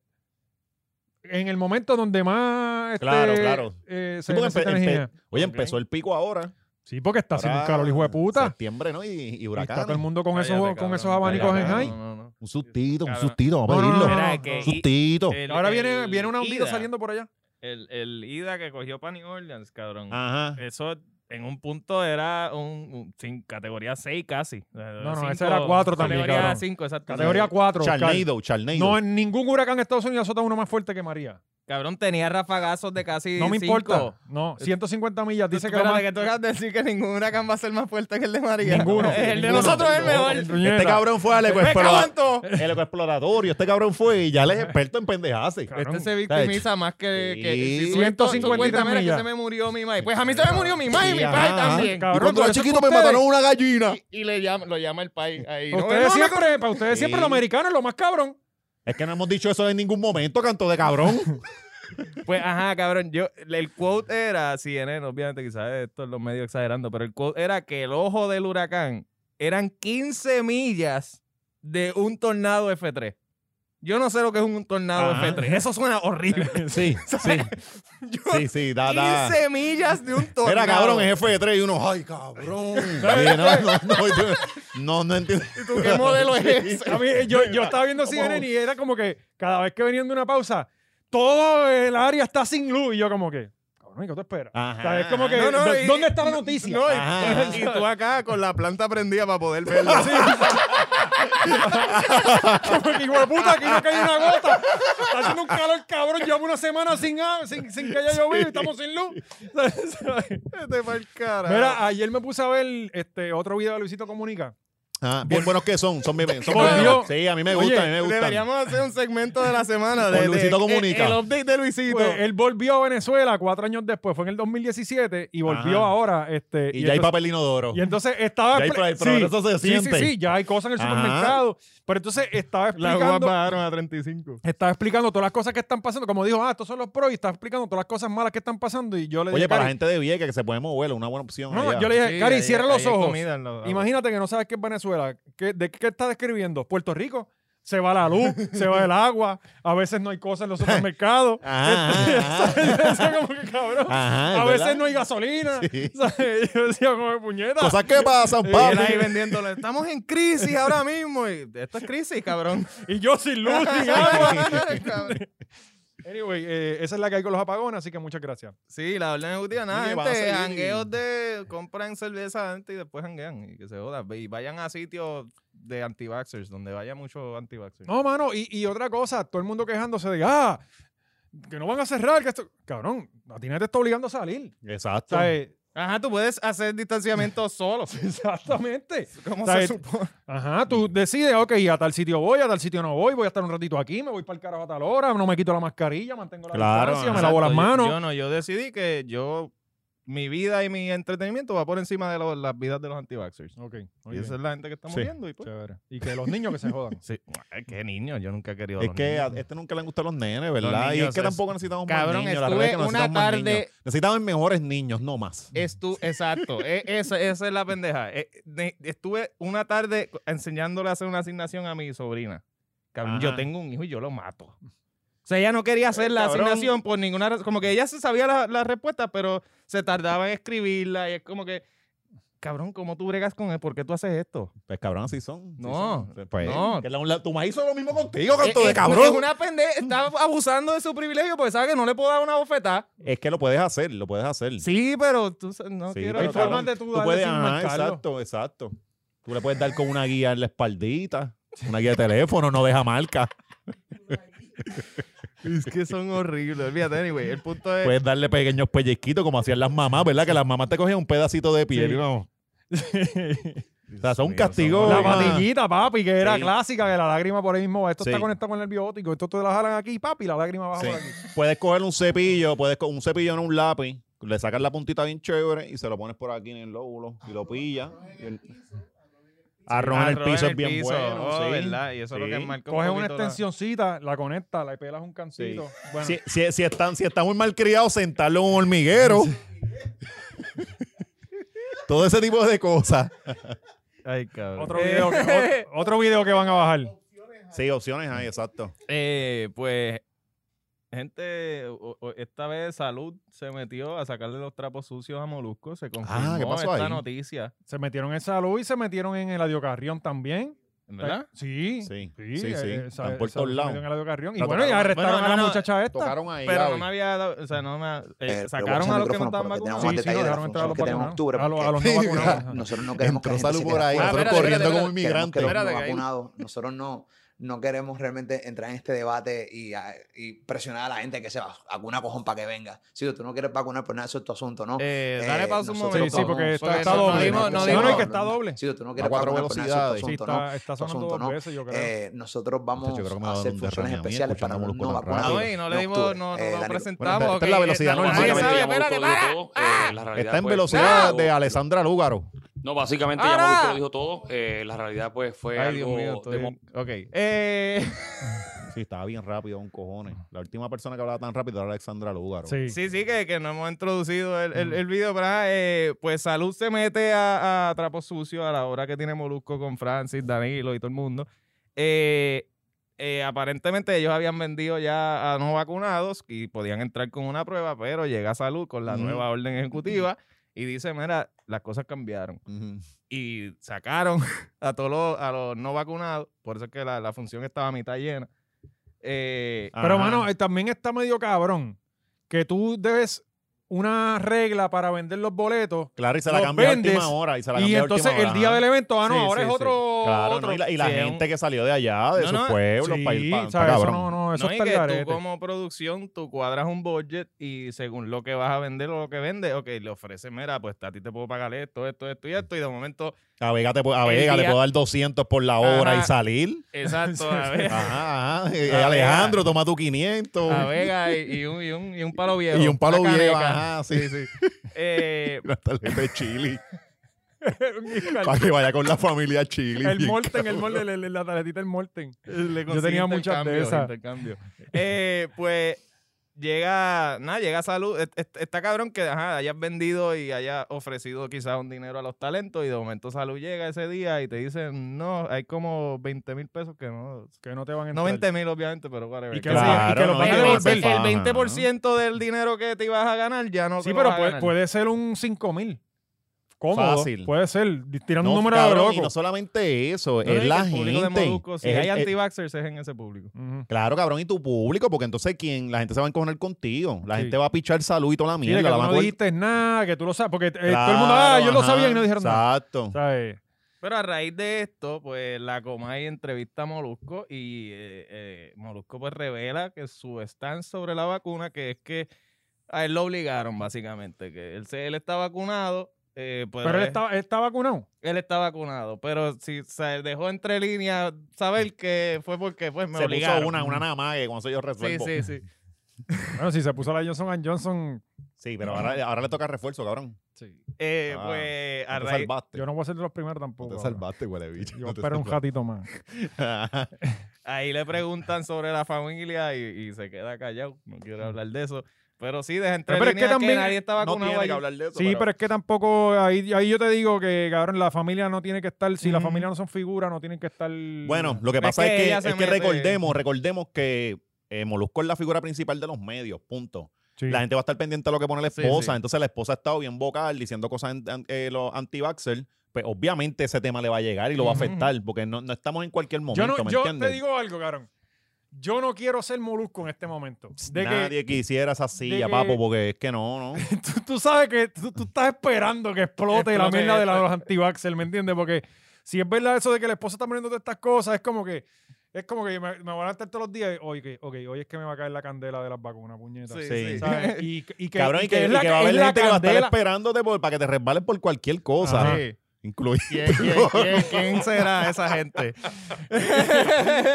En el momento donde más. este,
Claro, claro.
eh,
Sí,
se
porque
necesita
empe- empe-
energía.
Oye,
Ok.
empezó el pico ahora.
Sí, porque está haciendo un
Ahora,
calor, hijo de puta.
Septiembre, ¿no? Y, y
Y está todo el
huracanes.
mundo con,
Cállate,
esos, con
cabrón,
esos abanicos en
cállate,
high.
no, no, no.
Un sustito, un
Cabrón.
sustito.
No,
Vamos a
no, no,
pedirlo.
no, no.
Mira, que-
Un sustito.
El-
Ahora viene,
el
viene una ondita
Ida,
saliendo por allá.
El, el Ida que cogió Panic Orleans, cabrón.
Ah.
Ajá.
Eso en un punto era un, un- sin categoría 6 casi.
no, esa era cuatro también,
Categoría
cabrón.
5, exacto.
Categoría 4.
Charnado, Charnado.
No, en ningún huracán en Estados Unidos azota uno más fuerte que María.
Cabrón, tenía rafagazos de casi
No me
cinco.
importa. No, 1150 millas. Dice que lo
Espérate,
más...
que tú acabas de decir que ningún huracán va a ser más fuerte que el de María.
Ninguno.
El de
Ninguno.
nosotros es el mejor.
este cabrón fue al
¡Me cago en
ecoexplora-
todo!
el ecoexploratorio. Este cabrón fue y ya él es experto en pendejadas.
Cabrón.
Este se victimiza más que... que
Sí.
si tú-
153
tú cuentas, mira
millas.
que se me murió mi madre. Pues a mí se me murió mi madre y mi
Sí,
padre
ajá.
también.
Y
Cabrón,
cuando
por
era
eso
chiquito me
ustedes-
mataron una gallina.
Y, y le llama, lo llama el país ahí. No,
Ustedes
no, no,
siempre, para ustedes siempre
Sí.
los americanos es lo más cabrón.
Es que no hemos dicho eso en ningún momento, canto de cabrón.
Pues ajá, cabrón. Yo, el quote era, CNN, obviamente quizás esto es los medios exagerando, pero el quote era que el ojo del huracán eran 15 millas de un tornado F3. Yo no sé lo que es un tornado
Ajá.
F3. Eso suena horrible.
Sí, sí. Sí, sí, da, da.
15 millas de un tornado.
Era cabrón, es F3 y uno, ay, cabrón. Oye, no, no, no, yo- no, no entiendo.
¿Tú qué modelo es ese?
A mí, yo, yo estaba viendo CNN y era como que cada vez que venían de una pausa, todo el área está sin luz. Y yo como que, cabrón, ¿y ¿qué te esperas?
Ajá.
O sea, es como que,
No, no,
¿dó-
y-
¿dónde está la noticia?
No, y,
Ajá.
y tú acá con la planta prendida para poder verla.
Como que, hijo de puta, aquí no cae una gota. Está haciendo un calor cabrón. Llevamos una semana sin, agua, sin, sin que haya llovido y estamos sin luz.
Vete pa'l carajo.
Mira, ayer me puse a ver este otro video de Luisito Comunica.
Ah, bien buenos que son, son bien, son
Volvió.
buenos. Sí, a mí me gusta,
Oye,
a mí me gusta.
Deberíamos hacer un segmento de la semana de,
Con Luisito
de-
Comunica.
El, el update de Luisito.
Pues, él volvió a Venezuela cuatro años después, fue en el 2017 y volvió
Ajá.
ahora. Este,
Y ya hay
entonces-
papel inodoro.
Y entonces estaba.
Ya hay pro- el progreso
sí,
se
sí,
siente.
sí, ya hay cosas en el
Ajá.
supermercado. Pero entonces estaba
Las
explicando.
guapas bajaron a 35.
Estaba explicando todas las cosas que están pasando. Como dijo, ah, estos son los pros y estaba explicando todas las cosas malas que están pasando. Y yo le dije.
Oye, para la
Cari-
gente de Vieques que se puede mover, una buena opción.
No,
allá.
yo le dije, Cari, cierra los ojos.
Imagínate.
Imagínate que no sabes qué es Venezuela. ¿Qué, ¿De qué está describiendo? Puerto Rico. Se va la luz, se va el agua. A veces no hay cosas en los supermercados.
Ajá, ajá,
Yo decía como que, cabrón,
Ajá, es
a veces
Ah. verdad.
no hay gasolina.
Sí.
¿sabes? Yo decía como que, puñeta.
Cosas que pasan,
Y él
papi.
ahí vendiéndole. Estamos en crisis ahora mismo. Y esto es crisis, cabrón.
Y yo sin luz, sin agua. Anyway, eh, esa es la que hay con los apagones, así que muchas gracias.
Sí, la orden ejecutiva, nada,
Oye, va a
gente,
salir-
jangueos de compran cerveza antes y después janguean y que se joda. Y vayan a sitios de anti-vaxxers, donde vaya mucho anti-vaxxers.
No, mano, y, y otra cosa, todo el mundo quejándose de, ah, que no van a cerrar, que esto... Cabrón, a ti nadie te está obligando a salir.
Exacto.
¿Sabes?
Ajá, tú puedes hacer distanciamiento solo.
Exactamente.
¿Cómo
¿Sabes?
se supone?
Ajá, tú decides, ok, a tal sitio voy, a tal sitio no voy, voy a estar un ratito aquí, me voy para el carajo a tal hora, no me quito la mascarilla, mantengo la
Claro,
distancia, me
exacto,
lavo las
Yo-
manos.
Yo, no, yo decidí que yo, mi vida y mi entretenimiento va por encima de lo- las vidas de los anti-vaxxers.
Ok, muy
Y
bien,
esa es la gente que estamos
Sí.
viendo. Y pues,
chévere. Y que los niños que se jodan.
sí. Ay, qué niño, yo nunca he querido. a
Es
los
que a
niños.
este nunca le han gustado los nenes, ¿verdad?
Los
y
niños,
es que
es-
tampoco necesitamos
Cabrón,
más niños. La realidad es que
estuve
no
una
necesitamos más
tarde-
niños. Necesitamos mejores niños, no más.
Estu- exacto, e- esa, esa es la pendeja. E- ne- estuve una tarde co- enseñándole a hacer una asignación a mi sobrina. Cabrón, yo
Ajá. Eh,
tengo un hijo y yo lo mato. O sea, ella no quería hacer la
cabrón.
asignación por ninguna razón. Como que ella se sabía la, la respuesta, pero se tardaba en escribirla. Y es como que, cabrón, ¿cómo tú bregas con él? ¿Por qué tú haces esto?
Pues cabrón, así son. así
No,
son. Pues,
no.
que la- la- tu maíz hizo lo mismo contigo,
Es-
canto de
Eh, es-
cabrón.
Es una pendeja. Está abusando de su privilegio porque sabe que no le puedo dar una bofetada.
Es que lo puedes hacer, lo puedes hacer.
Sí, pero tú sa- no
Sí,
quiero.
pero
Hay formas
cabrón,
de tú
tú
darle
puedes,
sin
ajá,
marcarlo.
exacto, exacto. Tú le puedes dar con una guía en la espaldita, una guía de teléfono, no deja marca.
Es que son horribles. Fíjate, anyway, el punto es.
Puedes darle pequeños pellizquitos como hacían las mamás, ¿verdad? Que las mamás te cogían un pedacito de piel.
Sí.
y no. O sea, son un
mío, son
castigo.
La
Oye,
patillita, papi, que era
Sí.
clásica, que la lágrima por ahí mismo va. Esto está
Sí.
conectado con el biótico. Esto te la jalan aquí, papi, y la lágrima baja por aquí.
Puedes coger un cepillo, puedes co- un cepillo en un lápiz, le sacas la puntita bien chévere y se lo pones por aquí en el lóbulo y lo pillas. Y el- Arroz en el piso es bien bueno.
Oh,
sí.
¿verdad? Y eso es lo que
Sí.
marca un
Coges una
poquito la-
extensioncita, la conectas, la pelas un cancito. Bueno,
Si, si- si están, si están muy mal criados, sentarlo en un hormiguero. Todo ese tipo de cosas.
Ay, cabrón.
otro, video que, o- otro video que van a bajar.
Sí, opciones hay, exacto.
Eh, pues, gente, o- o- esta vez Salud se metió a sacarle los trapos sucios a Molusco. Se confirmó
¿qué pasó
esta
ahí?
noticia.
Se metieron en salud y se metieron en el adiocarrión también.
¿Verdad?
Sí.
Sí,
Sí,
sí, sí.
eh, esa-
Están por
esa-
todos
se
lados.
metió en el Adiocarrión. Y
La
bueno, y
tocaron.
arrestaron
Bueno,
a la
no, no,
muchacha esta.
Tocaron ahí.
Pero no
Gaby.
me había dado. O sea, no me. eh,
Eh,
sacaron
pero
a los que no
vamos
están
al micrófono porque
vacunados.
tenemos
Sí,
más
sí,
detalles de la
dejaron entrar a los
función que tenemos en
vacunados.
octubre.
A los-
porque
a los no vacunados. ajá.
Nosotros no queremos que
Entró
la gente
salud
se
por
quede
ahí,
afuera.
nosotros
Ah, espérate,
corriendo
espérate,
como
Queremos que
inmigrantes.
los no
Espérate, que ahí-
vacunados, nosotros no, no queremos realmente entrar en este debate y, a- y presionar a la gente que se va- vacuna cojón para que venga. Si tú no quieres vacunar, pues nada, eso es tu asunto, ¿no?
Eh,
Eh,
dale pausa un
nosotros
momento.
Sí, sí, porque está-
Porque
está
eso-
doble.
dimos-
No,
dimos-
no, es que está doble.
Si tú no
A
quieres
cuatro
vacunar, pues nada, eso es tu
Sí,
asunto, ¿no?
está, está
Asunto,
sonando dos
¿no?
veces, yo creo.
Eh, nosotros vamos
Yo creo que me va
a
a dar
hacer
un
funciones
derrame a mí
especiales para
escuchando
los no
Molusco con la radio.
vacunados.
Ay, no le
en
dimos-
octubre.
no- no lo
Eh, Dani,
presentamos.
Bueno, esta es la
Eh,
velocidad
la-
normal.
nadie
Básicamente,
sabe,
ya Molusco
espérate,
lo
para. Ah.
dijo todo. Eh, la realidad,
Está en
pues,
velocidad
fue
de
algo-
Alessandra Lúgaro.
No, básicamente
¡Ara!
ya Molusco lo dijo todo. Eh, la realidad, pues, fue
Ay, Dios
algo
mío,
de
estoy.
mo-
Ok. Eh.
Sí, estaba bien rápido, un cojones. La última persona que hablaba tan rápido era Alessandra Lúgaro.
Sí.
Sí, sí, que, que no hemos introducido el, el- el video, pero ah, eh, pues Salud se mete a, a Trapo Sucio a la hora que tiene Molusco con Francis, Danilo y todo el mundo. Eh, eh, aparentemente ellos habían vendido ya a no vacunados y podían entrar con una prueba, pero llega Salud con la
Ujú.
nueva orden ejecutiva y dice, mira, las cosas cambiaron
Ujú.
y sacaron a todos los, a los no vacunados, por eso es que la, la función estaba a mitad llena. Eh,
Pero,
Ajá.
mano, eh, también está medio cabrón que tú debes una regla para vender los boletos
Claro, y se la
Los
cambió a
vendes,
última hora. Y, se la
y
cambió a
entonces
última hora,
el día
ajá.
del evento, ah, no,
Sí,
ahora
sí,
es
sí.
otro.
Claro,
otro.
no, y la, y la
Sí, es un-
gente que salió de allá, de
No,
sus
no,
pueblos,
Sí,
para el pan.
¿sabes? Eso
cabrón.
no, no, no, eso
no, y
está el
que
garete.
tú como producción, tú cuadras un budget y según lo que vas a vender o lo que vendes, ok, le ofreces, mira, pues a ti te puedo pagar esto, esto, esto y esto, y de momento,
A Vega, te, pu- a
El
Vega le
día-
puedo dar 200 por la hora
Ajá.
y salir.
exacto, a ver,
Ah. Ajá, ajá. Eh,
A
Alejandro, toma tu 500.
a Vega y, y un, y, un, y un palo viejo.
Y un palo
una
viejo.
caneca.
Ajá, sí, sí.
Eh,
Una tarjeta de chili.
El-
para que vaya con la familia a chili.
el
bien
Molten, el
cabrón.
Molten, el- el- la tarjetita del Molten.
le
Yo tenía
conseguí
muchas de
intercambio,
esas.
intercambio. Eh, pues llega, nada, llega salud. Es- es- Está cabrón que ajá, hayas vendido y hayas ofrecido quizás un dinero a los talentos y de momento salud llega ese día y te dicen, no, hay como 20 mil pesos que no...
Que no te van a
No
entrar.
20 mil, obviamente, pero whatever.
Y que
Que
lo-
sea-
y que lo
no,
van a
y
el,
va
devolver.
ser
el
faja,
20% del dinero que te ibas a ganar ya no
Sí,
te lo
pero
vas a
puede,
ganar.
puede ser un 5 mil. Cómodo.
Fácil.
Puede ser. di-
¿no?
Tirando
No,
un número
cabrón,
de
y no
loco.
solamente eso,
Yo
es
digo
la
que el público de
gente.
Molusco, si
Es
hay
el- eh, el-
anti-vaxxers, es en ese público.
Ujú.
Claro, cabrón, y tu público, porque entonces quien la gente se va a encojonar contigo. La
Sí.
gente va a pichar salud y toda la
Sí, de
mierda.
que
la
tú
van a
no
coger-
dijiste nada, que tú lo sabes. Porque eh, todo el
Claro,
mundo, ah, yo lo
ajá,
sabía y no dijeron nada.
Exacto.
¿Sabes?
Pero a raíz de esto, pues la Comay entrevista a Molusco y eh, eh, Molusco pues revela que su stand sobre la vacuna, que es que a él lo obligaron básicamente, que él, se- él está vacunado. eh, pero
Pero él
es-
está, él está vacunado.
él está vacunado, pero si se dejó entre líneas saber que fue porque pues me
se
obligaron.
puso una, una nada más que con eso yo
Sí,
resuelvo.
sí, sí.
Bueno, si se puso la Johnson Johnson,
Sí, pero ahora, ahora le toca refuerzo, cabrón.
Eh,
Ah,
pues a
No te
raíz-
salvaste.
yo no voy a ser de los primeros
No
tampoco.
te
cabrón.
salvaste, huele bicho.
Yo
No te
espero un
salvaste.
ratito más.
ahí le preguntan sobre la familia y, y se queda callado, no quiere hablar de eso. Pero sí, deja entre
Pero es que
líneas que,
también
nadie está
no
vacunado
tiene que
allí.
hablar de eso.
Sí, pero, es que tampoco, ahí, ahí yo te digo que, cabrón, la familia no tiene que estar, si la
Ujú.
familia no son figuras, no tienen que estar...
Bueno, lo que
Es
pasa
que
es que,
ella se
es que
mete-
recordemos, recordemos que eh, Molusco es la figura principal de los medios, punto.
Sí.
La gente va a estar pendiente a lo que pone la
Sí,
esposa.
sí.
Entonces la esposa ha estado bien vocal diciendo cosas en- an- eh, los anti-vaxxer. Pues obviamente ese tema le va a llegar y lo va a
Ujú,
afectar porque no, no estamos en cualquier
yo
momento,
no,
¿me
yo
entiendes?
te digo algo, cabrón. Yo no quiero ser molusco en este momento. De que
Nadie quisiera esa silla,
que-
papo, porque es que no, no.
tú, tú sabes que tú, tú estás esperando que explote la
Explote
mierda de la-
eh,
esto.
los antivaxxer, ¿me entiendes? Porque si es verdad eso de que la esposa está poniendo todas estas cosas, es como que es como que me, me voy a levantar todos los días y, oye, que- ok, hoy es que me va a caer la candela de las vacunas, puñetas.
Sí,
Sí.
sí.
¿Sabes? Y, y que,
Cabrón, y que,
es
y
la-
que va a
es
haber
la
gente que va a estar
candela.
esperándote por- para que te resbalen por cualquier cosa.
Ajá.
Sí.
Incluido.
¿Quién, quién- quién- quién será esa gente?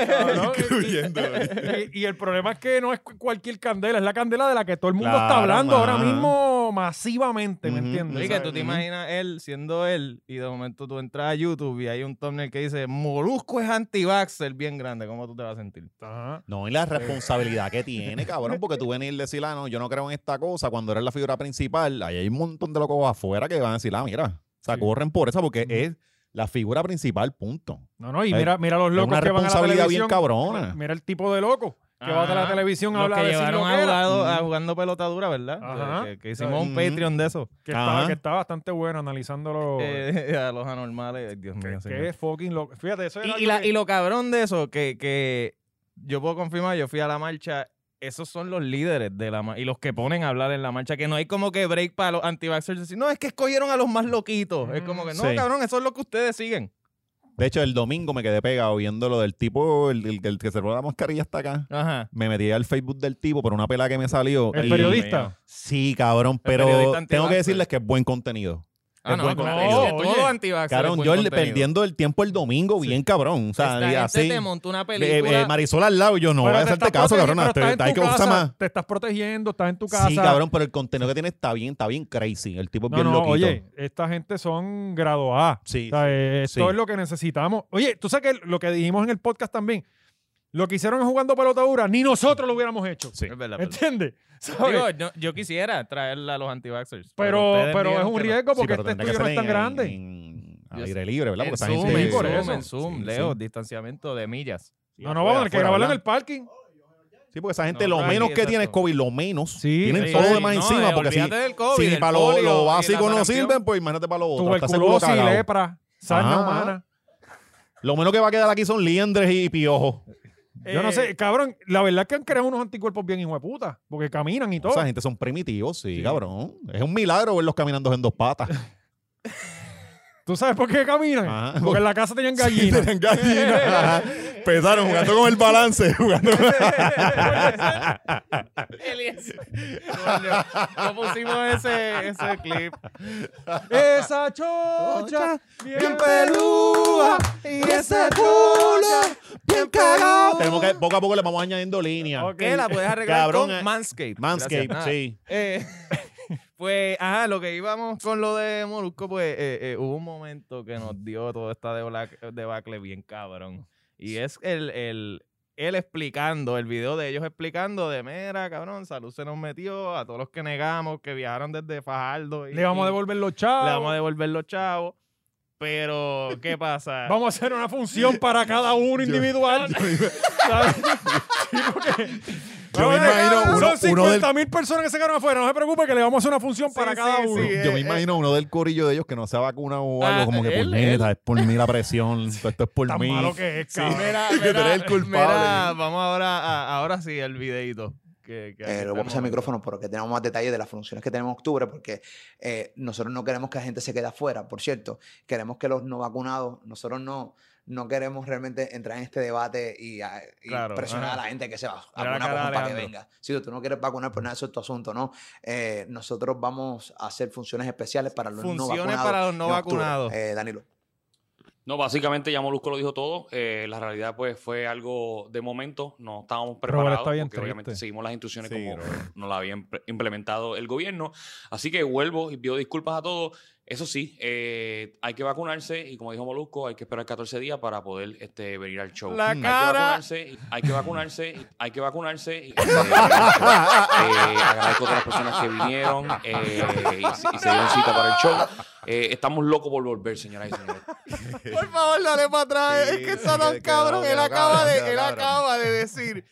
Cabrón,
Incluyendo.
y, y el problema es que no es cu- cualquier candela, es la candela de la que todo el mundo está
Claro,
hablando ahora
ajá.
mismo masivamente, ¿me
Ujú,
entiendes?
Sí, que
¿Sabes?
tú te imaginas él siendo él y de momento tú entras a YouTube y hay un thumbnail que dice Molusco es anti-vaxxer bien grande. ¿Cómo tú te vas a sentir?
Ajá.
No, y la responsabilidad que tiene, cabrón, porque tú venir y decir, ah, no, yo no creo en esta cosa, cuando eres la figura principal, ahí hay un montón de locos afuera que van a decir, ah, mira, o sea,
Sí.
corren por esa porque
Ujú.
es la figura principal, punto.
No, no, y
Ay,
mira, mira los
Es
locos
una
que van a la
responsabilidad
televisión.
bien cabrona.
Mira el tipo de loco que va a la
Ajá.
televisión a
Los
hablar
que
de decir
llevaron
lo
a,
que era.
jugado- a jugando pelota dura, ¿verdad?
Ajá.
Que, que hicimos un
Ujú.
Patreon de eso.
Que está,
Ajá.
que está bastante bueno analizándolo.
Eh, a los anormales. Ay, Dios mío, señor.
que es fucking loco. Fíjate, eso era
Y, y
algo
la-
que-
y lo cabrón de eso, que, que yo puedo confirmar, yo fui a la marcha, esos son los líderes de la marcha y los que ponen a hablar en la marcha, que no hay como que break para los anti-vaxxers decir, no, es que escogieron a los más loquitos. Es como que, no,
Sí.
cabrón, eso es lo que ustedes siguen.
De hecho, el domingo me quedé pegado viendo lo del tipo, el, el- el que se robó la mascarilla hasta acá.
Ajá.
Me metí al Facebook del tipo por una pelada que me salió.
el
y-
periodista.
Sí, cabrón, pero
periodista
tengo que
anti-vaxxer.
decirles que es buen contenido.
Ah,
Es
no,
buen
claro,
contenido.
es que
Oye,
todo anti-vaxxer.
Cabrón, yo el- perdiendo el tiempo el domingo, bien cabrón. O sea, y
este
así.
te montó una
Eh,
película.
eh, Marisol al lado, yo no
Pero
voy a
te
hacerte
estás
caso,
protegiendo,
cabrón.
pero
Te,
estás en
hay
tu
que usar
casa,
más.
Te estás protegiendo, estás en tu casa.
Sí, cabrón, pero el contenido que tiene está bien, está bien crazy. El tipo es
No,
bien
no,
loquito.
oye, esta gente son grado A.
Sí,
O sea, eh, esto
sí.
es lo que necesitamos. Oye, tú sabes que lo que dijimos en el podcast también, lo que hicieron en jugando pelota dura, ni nosotros lo hubiéramos hecho.
sí.
Es verdad, verdad.
¿Entiendes? ¿Sabes?
Digo, yo, yo quisiera traerla a los anti-vaxxers.
pero
ustedes
pero es
dijeron
un
que no.
riesgo
Sí,
porque
pero
este
tendría que
estudio no es
ser
tan
en-
grande.
en- al
Yo
aire libre, ¿verdad?
En
Porque esa
Zoom,
gente-
en
por
Zoom,
eso.
en Zoom,
Sí,
Leo,
sí.
distanciamiento de millas.
no, no, vamos a tener que
Afuera,
grabarlo en
¿verdad?
el parking.
Sí, porque esa gente
No,
lo
sí,
menos que
exacto.
tiene es COVID, lo menos.
Sí,
tienen
sí,
todo
sí.
lo demás
No,
encima.
eh,
porque si,
olvídate del COVID,
si
del
para lo,
polio
lo
y la
básico no
sarampión.
sirven, pues imagínate para lo otro. está seguro
Tuberculosis,
cagao.
lepra, sarna
Ajá.
humana.
Lo menos que va a quedar aquí son liendres y piojos.
Eh,
Yo no sé, cabrón, la verdad es que han creado unos anticuerpos bien hijo de puta, porque caminan y todo.
Esa gente son primitivos, sí, cabrón. Es un milagro verlos caminando en dos patas.
¿Tú sabes por qué caminan?
Ajá.
Porque en la casa tenían
Sí,
gallinas.
tenían gallinas. Empezaron jugando con el balance. Jugando con-
Coño, no pusimos ese, ese clip.
Esa chocha bien
pelúa
y
ese culo bien cagado. Tenemos que, poco a poco le vamos añadiendo líneas.
¿Qué la puedes arreglar
Cabrón, eh.
con Manscape?
Manscape,
Gracias. Ah,
sí.
eh, pues, ajá, lo que íbamos con lo de Molusco, pues eh, eh, hubo un momento que nos dio toda esta debla- debacle bien cabrón. Y es el, el, él explicando, el video de ellos explicando de, mera, cabrón, salud se nos metió a todos los que negamos, que viajaron desde Fajardo. y-
Le vamos a
y
devolver los chavos.
Le vamos a devolver los chavos. Pero, ¿qué pasa?
Vamos a hacer una función para cada uno individual. ¿Sabes? Sí, porque-
Yo me
Ahora,
imagino uno- uno del-
son 50 mil personas que se quedaron afuera. No se preocupe que le vamos a hacer una función para
sí,
cada
sí,
uno.
eh,
Yo me
eh.
imagino uno del corillo de ellos que no se ha vacunado o
Ah,
algo, como que
él,
puñeta, es por mí la presión, todo esto es por
Tan
mí.
malo que es, cabrón.
Mira,
que tú
mira,
eres el culpable.
mira, vamos ahora, a- ahora sí, el videito. Que, que
Eh, lo
aquí
voy a
tenemos.
pasar el micrófono porque tenemos más detalles de las funciones que tenemos en octubre, porque eh, nosotros no queremos que la gente se quede afuera, por cierto. Queremos que los no vacunados, nosotros no, no queremos realmente entrar en este debate y, a- y
Claro,
presionar
ajá.
a la gente que se va a
Mira la
vacunar
cara de
cojan para que
Alejandro.
venga. Si tú no quieres vacunar, pues nada, eso es tu asunto, ¿no? Eh, nosotros vamos a hacer funciones especiales para los no
Funciones
vacunados.
para los no
en octubre.
vacunados.
Eh, Danilo.
No, básicamente ya Molusco lo dijo todo. Eh, la realidad pues fue algo de momento. No estábamos preparados
está bien
porque obviamente
triste.
seguimos las instrucciones
Sí,
como
Robert.
nos la había imple- implementado el gobierno. Así que vuelvo y pido disculpas a todos. Eso sí, eh, hay que vacunarse y como dijo Molusco, hay que esperar 14 días para poder este, venir al show.
La
hay,
cara.
Que vacunarse, hay que vacunarse, hay que vacunarse. y- Eh, agradezco a todas las personas que vinieron eh, y, y se dieron cita para el show. Eh, estamos locos por volver, señoras y señores.
Por favor, dale para atrás.
Sí,
es que está tan
quedó,
cabrón.
quedó
él acaba, de,
cabrón, quedó
él
cabrón.
acaba de decir.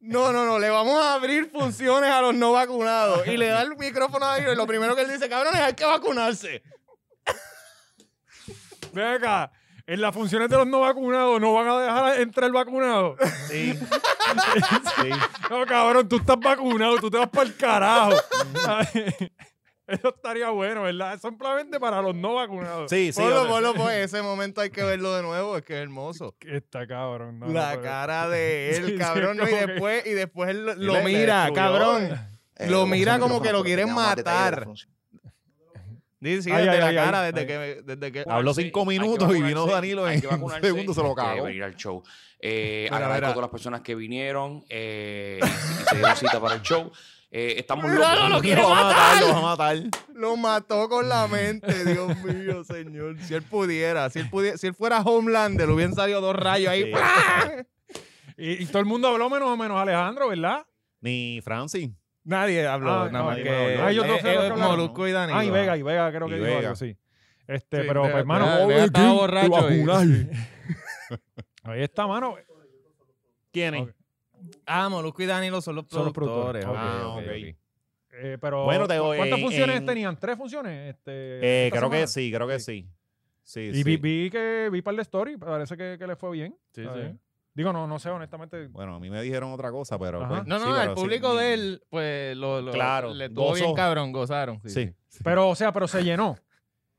No, no, no, le vamos a abrir funciones a los no vacunados. Y le da el micrófono a ellos. Y lo primero que él dice, cabrón, es hay que vacunarse.
Ven acá. En las funciones de los no vacunados, no van a dejar entrar el vacunado.
Sí. sí.
No, cabrón, tú estás vacunado, tú te vas para el carajo. Ay, Eso estaría bueno, ¿verdad? Simplemente para los no vacunados.
Sí, sí,
Ponlo,
otra-
ponlo, pues, Ese momento hay que verlo de nuevo. Es que es hermoso.
Está cabrón. no,
la
no,
cara de él,
Sí, sí,
cabrón.
como
y
que-
después, y después él lo, lo
le- le
mira,
destruyó.
cabrón.
Eh,
Lo
vamos a
mira
hacer
como que
micrófono
lo
porque
quieren
tenemos más detalles de las
matar.
funciones.
Dice, sí,
Ay,
desde
ay,
la
ay,
cara,
ay,
desde
ay.
que... Desde que
Habló
vacunarse,
cinco
hay que
minutos y vino
vacunarse,
Danilo
hay
en
que
un
vacunarse,
segundo, se lo
hay que
cagó.
venir al show. Eh,
Mira,
agradezco
mira.
a todas las personas que vinieron eh, y se dieron cita para el show. Eh, estamos
Mira,
locos.
no lo quiere
Lo va a matar, lo va a matar.
Lo mató con la mente, Dios mío, señor. Si él pudiera, si él, pudiera, si él fuera Homelander, le hubieran salido dos rayos ahí.
Sí.
¡plá!
Y, y todo el mundo habló menos o menos Alejandro, ¿verdad?
Ni Francis.
Nadie habló,
Ah,
nada más
nadie
que... Eh,
habló.
Ah, ellos dos fueron los que hablaron,
Molusco y Danilo.
Ah, y Vega, y Vega creo
Y
que dijo
Vega.
algo, sí. Este,
Sí,
pero,
Vega-
pues, mano,
Vega- Vega
oh,
estaba
¿quién te
borracho
va a
y-
jugar? Ahí está, mano.
¿Quién es?
Ok.
Ah, Molusco y Danilo son los
Son los
productores.
productores.
ok,
Ah,
ok,
ok.
ok.
Eh, pero,
Bueno, te voy,
¿cuántas
en-
funciones
en-
tenían? ¿Tres funciones? Este,
Eh,
esta
creo que
semana?
sí, creo que sí. Sí,
Y
sí.
vi, vi que vi par de stories, parece que, que le fue bien.
Sí,
está
sí.
bien. Digo, no, no sé, honestamente.
Bueno, a mí me dijeron otra cosa, pero.
Ajá.
pues,
ah. No,
sí,
no,
pero
el
sí,
público
ni-
de él, pues, lo, lo-
Claro,
le estuvo bien
gozó.
cabrón, gozaron. Sí.
Sí.
Pero, o sea, pero se llenó.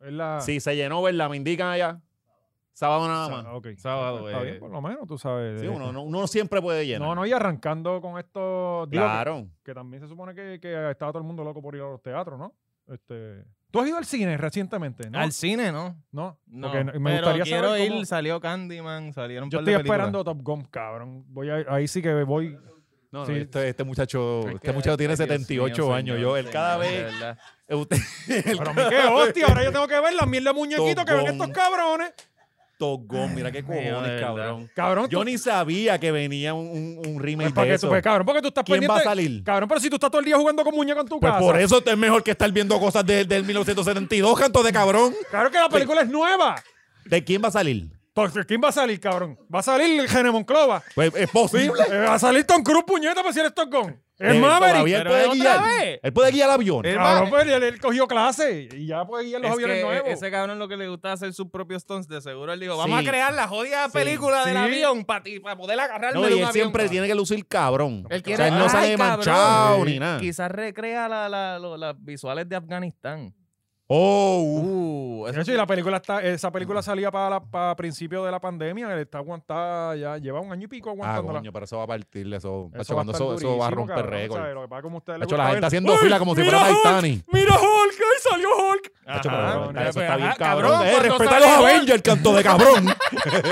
Es
Ah.
la-
Sí, se llenó, ¿verdad? Me indican allá. Sábado nada más.
Ah, ok.
Sábado,
Está
eh.
bien, por lo menos, tú sabes.
Sí, uno, no- uno siempre puede llenar.
no, no, y arrancando con esto. digo, que-
Claro.
que también se supone que, que estaba todo el mundo loco por ir a los teatros, ¿no? Este, ¿Tú has ido al cine recientemente? ¿No?
Al cine, ¿no?
¿No?
No,
Porque me
pero
gustaría
quiero
saber
ir,
cómo-
salió Candyman, salieron un
Yo
par de
estoy
películas.
esperando Top Gun, cabrón. Voy a- ahí sí que voy.
No, no,
Sí.
este, este muchacho,
Es
este
que-
muchacho tiene
ay, Dios
78
mío,
años.
señor,
yo, él
señor,
cada
de
vez.
verdad.
Usted, él
Pero a mí
cada
qué
vez-
hostia, ahora yo tengo que ver las mierda de muñequitos
Top
que ven
Gun.
estos cabrones.
Togón, mira qué
mío, de
cojones,
verdad.
cabrón.
Cabrón, tú-
Yo ni sabía que venía un, un, un remake
pues, ¿para
de
qué
eso.
tú, pues, cabrón, porque tú estás
¿Quién
pendiente.
va a salir?
Cabrón, pero si tú estás todo el día jugando con muñecos en tu
Pues
casa.
por eso es mejor que estar viendo cosas de- del 1972, canto de cabrón.
Claro que la película es nueva.
¿De quién va a salir?
Entonces, ¿quién va a salir, cabrón? Va a salir Gene Monclova.
Pues es posible.
Eh, va a salir Tom Cruise, puñeta, para si eres Top Gun. Es
Eh,
Maverick.
todavía él
pero
puede
es otra
guiar.
vez.
Él puede guiar avión.
Él va-
Cabrón, pues él, él cogió clase y ya puede guiar los
Es
aviones
que
nuevos.
Ese cabrón lo que le gusta hacer sus propios stunts, de seguro él dijo, vamos
Sí.
a crear la jodida película del
Sí.
avión para poder agarrarme
No,
de
y
un
él
avión.
siempre tiene que lucir cabrón.
Él
O
quiere-
sea, él no
Ay,
sale
cabrón.
manchado
Sí.
ni nada.
Quizás recrea la- la- lo- las visuales de Afganistán.
Oh,
Uh, eso
De hecho, y la película está, esa película salía para, la- para principios de la pandemia. Él está aguantada, ya lleva un año y pico
ah,
aguantándola.
coño, pero eso va a partirle. Eso,
Eso
Pacho,
va a
cuando
estar
eso, eso va a
durísimo,
romper
cabrón, ¿sabes?
récord.
Lo que pasa es que como a ustedes
De
les
hecho,
gusta
la gente
ver-
haciendo fila como si fuera Titanic.
¡Mira Hulk! ¡Ahí salió Hulk!
Pacho, pero
Ajá,
de verdad, eso
pues,
está bien
ajá,
cabrón.
cabrón,
Eh,
cuando
respeta a
sale
los
Hulk.
Avengers, canto de cabrón.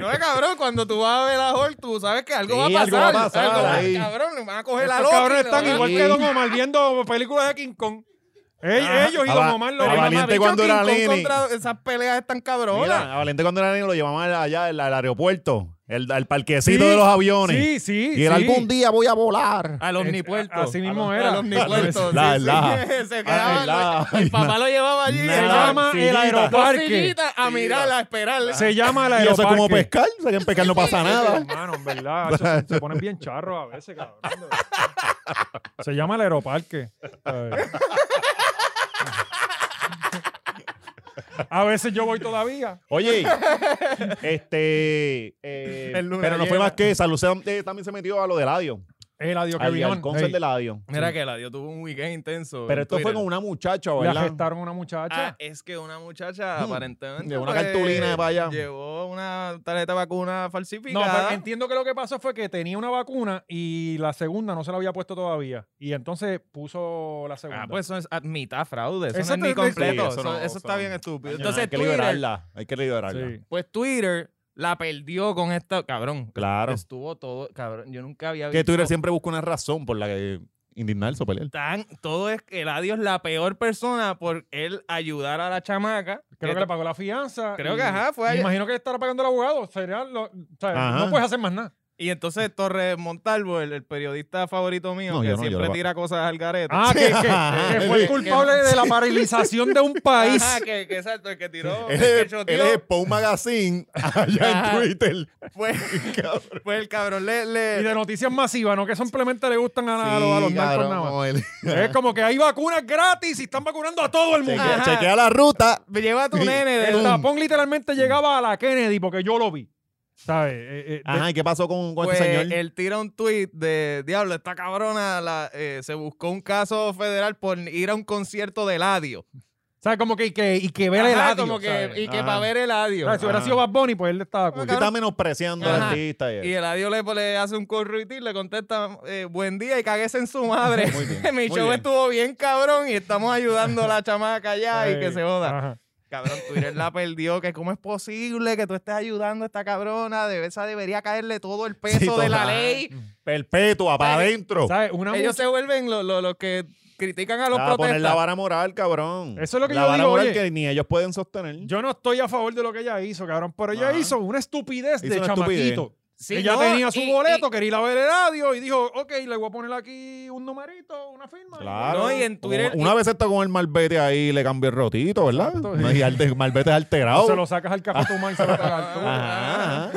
No, eh, cabrón, cuando tú vas a ver a Hulk, tú sabes que algo
Sí,
va a
algo
pasar.
va a pasar
algo va-
ahí.
Cabrón, le van a coger Pues la
Estos
loca.
cabrones
y le van
están
a-
igual que Don Omar viendo películas de King Kong. Ey, ellos y
Ah,
Don
va-
Omar
ah,
lo
Pero
va-
ven.
mamabichos,
Valiente cuando era
King Kong
nene.
contra Esas peleas están cabronas.
Mira, a Valente cuando era niño lo llevaban allá al, al aeropuerto, el, al parquecito de los aviones.
Sí, sí.
y él
sí.
algún día voy a volar.
Al omnipuerto.
Así mismo
Al-
era.
Al omnipuerto.
La-
sí, sí.
la-
Se
Ah, la-
quedaba. El papá lo llevaba allí.
Se
Nada.
llama el
Sillita.
aeroparque.
Sillita a mirar, a esperar.
Se llama el
Y eso
aeroparque.
es como pescar. O sea, que en pescar no pasa nada.
Hermano, en verdad, eso- se ponen bien charros a veces, cabrón. de verdad. Se llama el aeroparque. ¿sabes? A veces yo voy todavía.
Oye, este. eh,
El lunes
pero no fue
lleva.
más que esa. Lucero eh, también se metió a lo de Ladio.
El adiós que
Al, al concert de
la,
Ladio.
Mira que la dio, tuvo un weekend intenso.
Pero
en
esto fue
Twitter.
con una muchacha, ¿verdad?
gestaron a una muchacha.
Ah, es que una muchacha aparentemente.
Mm.
pues,
Llevó una cartulina de pa' allá.
Llevó una tarjeta de vacuna
No,
falsificada.
pero entiendo que lo que pasó fue que tenía una vacuna y la segunda no se la había puesto todavía. Y entonces puso la segunda.
Ah, pues eso es a mitad fraude. Eso,
Eso
no es
te-
ni completo.
sí, eso
eso,
no,
eso está
son-
bien estúpido.
Coño,
Entonces,
hay que
Twitter,
liberarla. Hay que liberarla.
Sí.
pues Twitter la perdió con esta. Cabrón.
Claro.
Estuvo todo. Cabrón, yo nunca había visto.
Que Twitter siempre busca una razón por la que indignarse o pelear.
Tan, todo es que Eladio es la peor persona por él ayudar a la chamaca.
Creo que le pagó la fianza.
Creo
y-
que ajá, fue
me
ahí.
imagino que estará pagando el abogado. Sería lo- o sea,
Ajá.
no puedes hacer más nada.
Y entonces Torres Montalvo, el, el periodista favorito mío,
No,
que
yo no, yo
siempre
lo-
tira cosas al garete.
Ah, que, que- que fue el culpable de la paralización de un país.
Ajá, que, que exacto, el que tiró.
Él
el que
es,
choteó.
él es Poe Magazine allá
Ajá.
en Twitter.
Pues, pues el cabrón le. le-
Y de noticias masivas, no que simplemente le gustan a, a los- a los
Sí,
narcos
cabrón,
nada más.
como él.
Es como que hay vacunas gratis y están vacunando a todo el mundo.
Chequea,
Ajá.
chequea la ruta.
lleva a tu nene de
El
un-
tapón literalmente llegaba a la Kennedy porque yo lo vi. ¿Sabes? Eh, eh, de-
Ajá, ¿y qué pasó con, con
Pues
este señor?
él tira un tweet de Diablo, esta cabrona la, eh, se buscó un caso federal por ir a un concierto de Eladio.
¿Sabes? Como que, y que, y que ver el
Ajá,
adiós,
como que,
¿sabes?
y que
Ajá. Ah,
para ver Eladio.
¿Sabes? Si hubiera
Ajá.
sido Bad Bunny, pues él estaba
Tú
cool.
estás menospreciando al
Ajá.
artista. y-
Y Eladio le, le hace un corruitir, le contesta, eh, buen día y caguese en su madre.
Muy bien,
Mi
muy
show
bien.
estuvo bien cabrón y estamos ayudando a la chamaca allá y que se joda.
Ah.
Ajá.
Cabrón, Twitter la perdió. Que cómo es posible que tú estés ayudando a esta cabrona. De esa debería caerle todo el peso
Sí,
de la
total.
ley.
pues,
Perpetua, para
¿Sabes?
adentro.
¿Sabes? Una
Ellos
mucha-
se vuelven lo- lo- los que critican a los
Ah, poner la
protestas.
vara moral, cabrón.
Eso es lo que
la
yo
vara
digo,
moral
oye.
que ni ellos pueden sostener.
Yo no estoy a favor de lo que ella hizo, cabrón, pero ella
Ajá.
hizo una estupidez
Hizo
de
una estupidez.
chamaquito.
Sí,
ella
no,
tenía su
y-
boleto, quería ir a ver el radio y dijo, ok, le voy a poner aquí un numerito, una firma.
Claro.
No, y en
Como
Twitter-
Una vez está con el malvete ahí le cambió el rotito, ¿verdad?
Exacto.
Y alte- el malvete es alterado.
O se lo sacas al café tu y se lo pagas tú.
Ajá.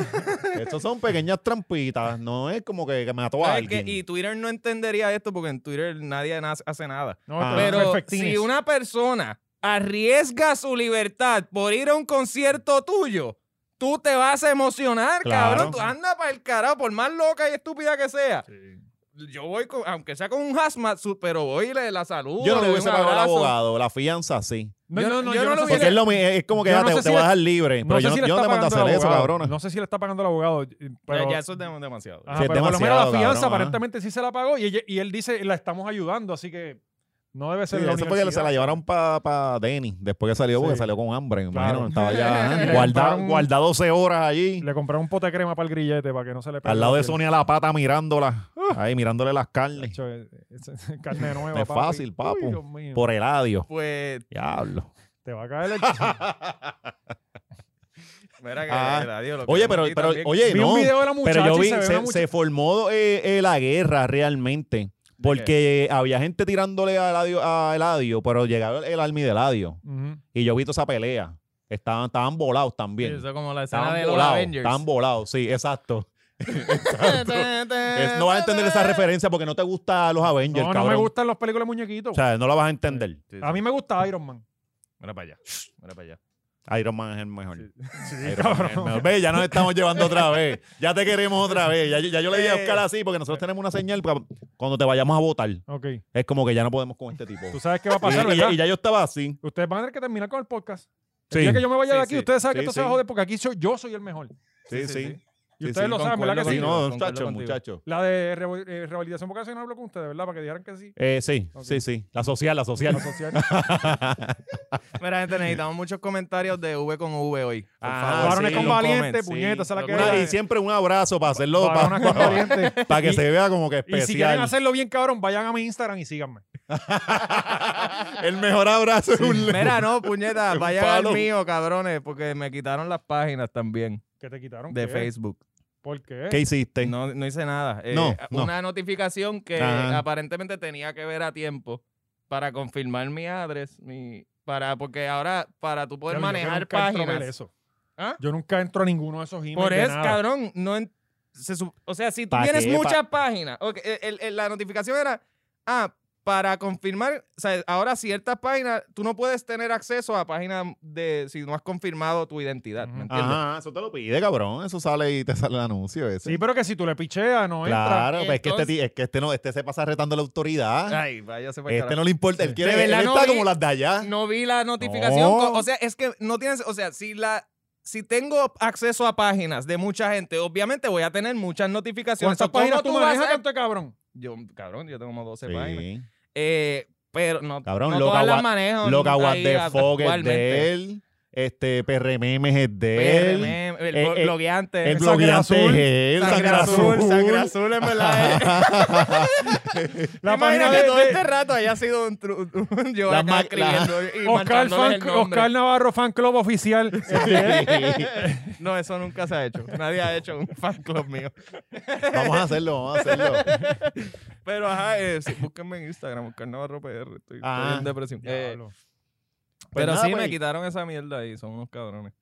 Estos son pequeñas trampitas. No es como que, que mató a
¿sabes qué?
alguien.
Y Twitter no entendería esto porque en Twitter nadie na- hace nada.
No,
Ah.
esto es
Pero
perfectines.
si una persona arriesga su libertad por ir a un concierto tuyo, tú te vas a emocionar,
Claro.
cabrón. Tú anda para el carajo, por más loca y estúpida que sea. Yo voy, con- aunque sea con un hazmat, su- pero voy y le la saludo.
Yo no le
doy
hubiese
un
pagado al
abrazo.
abogado, la fianza sí.
No,
Yo-
no, no,
yo
yo,
no
no,
lo
sé
Porque
si
es, lo, mi- es como que
yo
ya
no
te,
sé
te
si
voy a
le-
dejar libre.
no
pero
sé
yo no,
si le
yo no
está
te mando a
pagando el
hacer eso,
abogado.
cabrona.
No sé si le está pagando el abogado. eh,
Ya-
Pero,
ya eso es dem- demasiado.
Ajá,
Sí, es
pero por lo menos la
demasiado,
fianza
cabrón, ajá.
aparentemente sí se la pagó y, ella- y él dice, la estamos ayudando, así que no debe
Sí,
ser la
eso fue que se la
universidad.
llevaron para pa Denny después que salió, porque
Sí.
salió con hambre, me
Claro.
imagino. Estaba ya
Le
ajá, guarda-
compraron-
guardado 12 horas allí.
Le compré un pote de crema para el grillete para que no se le pegue.
Al lado
la
de
piel.
Sonia la pata mirándola. Ahí mirándole las carnes.
Chacho, eh, es- es carne nueva.
Es
papi.
fácil, papu.
Uy, Dios mío.
Por el adio.
Pues,
Diablo.
Te va a caer el chico.
mira que
Ah.
el adiós lo
Oye,
queremos
pero,
aquí
pero
también.
oye,
Vi
no.
un video de la muchacha
Pero yo vi,
y se, ve una
se,
muchacha-
se formó eh, eh, la guerra realmente. Porque había gente tirándole a Eladio, a Eladio, pero llegaba el army de Eladio.
Ujú.
Y yo vi toda esa pelea. Estaban, estaban volados también.
Eso es como la escena
estaban
de los
volados.
Avengers.
Estaban volados, sí, exacto. Es- no vas a entender esa referencia porque no te gusta los Avengers,
Eh, No, no
cabrón.
me gustan las películas de
O
muñequitos.
sea, no la vas a entender.
Sí, sí.
a mí me gusta Iron Man.
Mira para allá. Mira para allá.
Iron Man es el mejor. Iron Man es el
cabrón.
mejor. Ve, ya nos estamos llevando otra vez. Ya te queremos otra vez. Ya, yo- ya yo le dije a Oscar así, porque nosotros tenemos una señal para cuando te vayamos a votar.
Ok.
Es como que ya no podemos con este tipo.
Tú sabes qué va a pasar,
Y- y-
¿verdad?
y ya yo estaba así.
Ustedes van a tener que terminar con el podcast. El
Sí.
día que yo me vaya de
Sí,
aquí,
sí.
ustedes saben que
Sí,
esto se
sí.
va a joder porque aquí soy, yo soy el mejor.
Sí, sí.
sí,
Sí,
sí.
Y ustedes lo
sí.
saben, ¿verdad que
concuerdo
Sí,
sí?
contigo. concuerdo
no, muchachos,
contigo.
muchachos.
La de revo- eh, rehabilitación vocacional hablo con ustedes, ¿verdad? Para que dijeran que sí.
Eh, sí,
Ok.
sí, sí. La social, la social.
La social.
Mira, gente, necesitamos muchos comentarios de V con V hoy. Por
Ah,
favor.
Varones
sí,
con
los
valiente, puñetas, esa es la que
Una-
hay.
Ah, y siempre un abrazo para hacerlo,
Varones con
para,
valiente.
para que
Y-
se vea como que
Y
especial.
si quieren hacerlo bien, cabrón, vayan a mi Instagram y síganme.
El mejor abrazo es un le-
Mira, no, puñeta,
Un
vayan al
palo.
mío, cabrones, porque me quitaron las páginas también
Que te quitaron.
de
¿Qué?
Facebook.
¿Por qué?
¿Qué hiciste?
No, no hice nada. Eh,
No, no.
Una notificación que
Ah.
aparentemente tenía que ver a tiempo para confirmar mi address, mi, para, porque ahora para tú poder
Cabrón, yo
manejar
nunca entro a ver
páginas.
Eso.
¿Ah?
Yo nunca entro a ninguno de esos emails.
Por
de
eso,
nada.
cabrón, no en- se sup- o sea, si tú
¿Pa'
tienes
qué?
muchas páginas, ok, el- el- el- la notificación era, ah, para confirmar, o sea, ahora ciertas páginas, tú no puedes tener acceso a páginas de si no has confirmado tu identidad, ¿me
Ujú.
entiendes?
Ajá, eso te lo pide, cabrón. Eso sale y te sale el anuncio ese.
Sí, pero que si tú le picheas, no entra.
claro,
entra.
pues es que este,
Entonces-
ti- es que este no, este se pasa retando la autoridad.
Ay, vaya se
este no le importa, él quiere,
De
él
verdad no
está
vi-
como las de allá.
No vi la notificación.
No.
co- O sea, es que no tienes. O sea, si la. Si tengo acceso a páginas de mucha gente, obviamente voy a tener muchas notificaciones.
¿Cuántas
So, ¿cómo
páginas tú
vas
manejas,
a-
tanto cabrón?
Yo, cabrón, yo tengo como 12 páginas.
Sí.
Eh, pero no,
Cabrón,
no
lo
todas
que
las
agua-
manejo.
Loca What
ahí
the Fuck es
actualmente.
de él. Este, PRMM es de él.
PRM, el,
Eh, eh,
blogueante.
El
Sangre
blogueante
azul.
es él.
Sangre
Sangre
azul,
azul.
sangre azul, en verdad. eh.
La
Imagina
página
que
de-
todo
de-
este rato haya sido un, tru- un- yo
La
acá
ma- la-
escribiendo y
Oscar,
manchándoles
fan,
el nombre.
Oscar Navarro, fan club oficial. Eh,
No, eso nunca se ha hecho. Nadie ha hecho un fan club mío.
Vamos a hacerlo, vamos a hacerlo.
Pero ajá, eh, sí, búsquenme en Instagram, Oscar Navarro PR. Estoy,
Ah.
estoy en depresión. Eh,
Diablo.
Pues
pero
nada,
sí, me
pues.
quitaron esa mierda ahí. Son unos cabrones.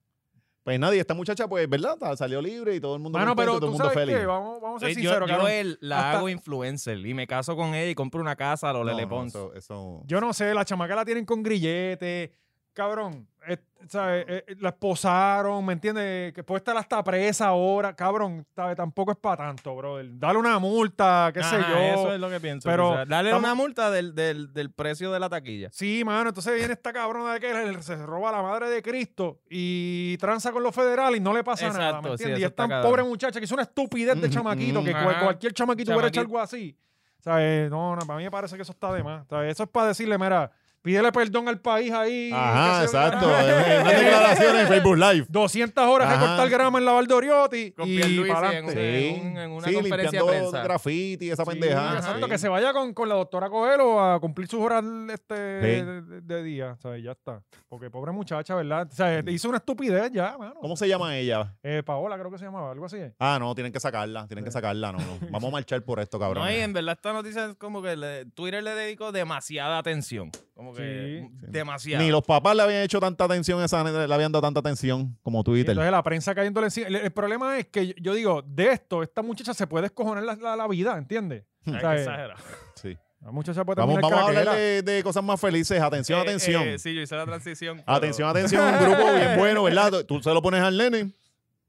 Pues nadie, esta muchacha, pues, ¿verdad? Ta- Salió libre y todo el mundo
Mano,
contento,
pero
todo el
tú
mundo
sabes
feliz.
qué, vamos, vamos a ser
Eh, yo
sinceros,
yo
cabrón.
él la
Hasta-
hago influencer y me caso con ella y compro una casa a los
No,
Lele
no,
Pons.
eso- eso-
Yo no sé, la chamaca la tienen con grillete, cabrón. eh, ¿sabes? Eh, eh, la esposaron, ¿me entiendes? Que puede estar hasta presa ahora, cabrón. ¿sabes? Tampoco es para tanto, brother. Dale una multa, qué sé
Ajá,
yo.
Eso es lo que pienso.
Pero
o sea, dale
estamos-
una multa del, del, del precio de la taquilla.
Sí, mano, entonces viene esta cabrona de que le- se roba la madre de Cristo y tranza con los federales y no le pasa nada,
Exacto,
¿me
sí,
entiendes?
eso
y es
está
tan
cabrón.
pobre muchacha que es una estupidez de
Mm,
chamaquito, que
mm,
cual-
ajá.
cualquier chamaquito hubiera hecho
Chamaquito.
algo así. ¿Sabes? No, no, para mí me parece que eso está de más. ¿sabes? Eso es para decirle, mira, pídele perdón al país ahí.
Ajá,
que se-
exacto. Es Una declaración en Facebook Live.
200 horas de
Ajá.
cortar grama en la Valdoriotti
Con
y
Pierluisi
para
en-
adelante.
Sí,
en un- en una
sí,
conferencia
limpiando
de prensa.
graffiti, esa
Sí,
pendeja.
exacto,
sí.
que se vaya con, con la doctora Coelho a cumplir sus horas este,
Sí.
de, de día, ¿sabes? Ya está. Porque pobre muchacha, ¿verdad? O sea, hizo una estupidez ya, mano.
¿Cómo se llama ella?
Eh, Paola creo que se llamaba, algo así.
Ah, no, tienen que sacarla, tienen que sacarla. No, no. Vamos a marchar por esto, cabrón.
No, y en verdad esta noticia es como que le- Twitter le dedicó demasiada atención. Como que
Sí.
demasiada.
Ni los papás le habían hecho tanta atención, a esa, nena, le habían dado tanta atención como Twitter.
Entonces la prensa cayéndole encima. El, el problema es que yo, yo digo, de esto, esta muchacha se puede escojonar la, la- la vida, ¿entiendes?
Hmm.
O
Ay,
sea,
qué exagerado.
Sí.
la muchacha puede
Vamos,
terminar
vamos a hablar
craquera.
de, de cosas más felices. Atención,
Eh,
atención.
eh, sí, yo hice la transición. pero-
Atención, atención, un grupo bien bueno, ¿verdad? Tú se lo pones al nene.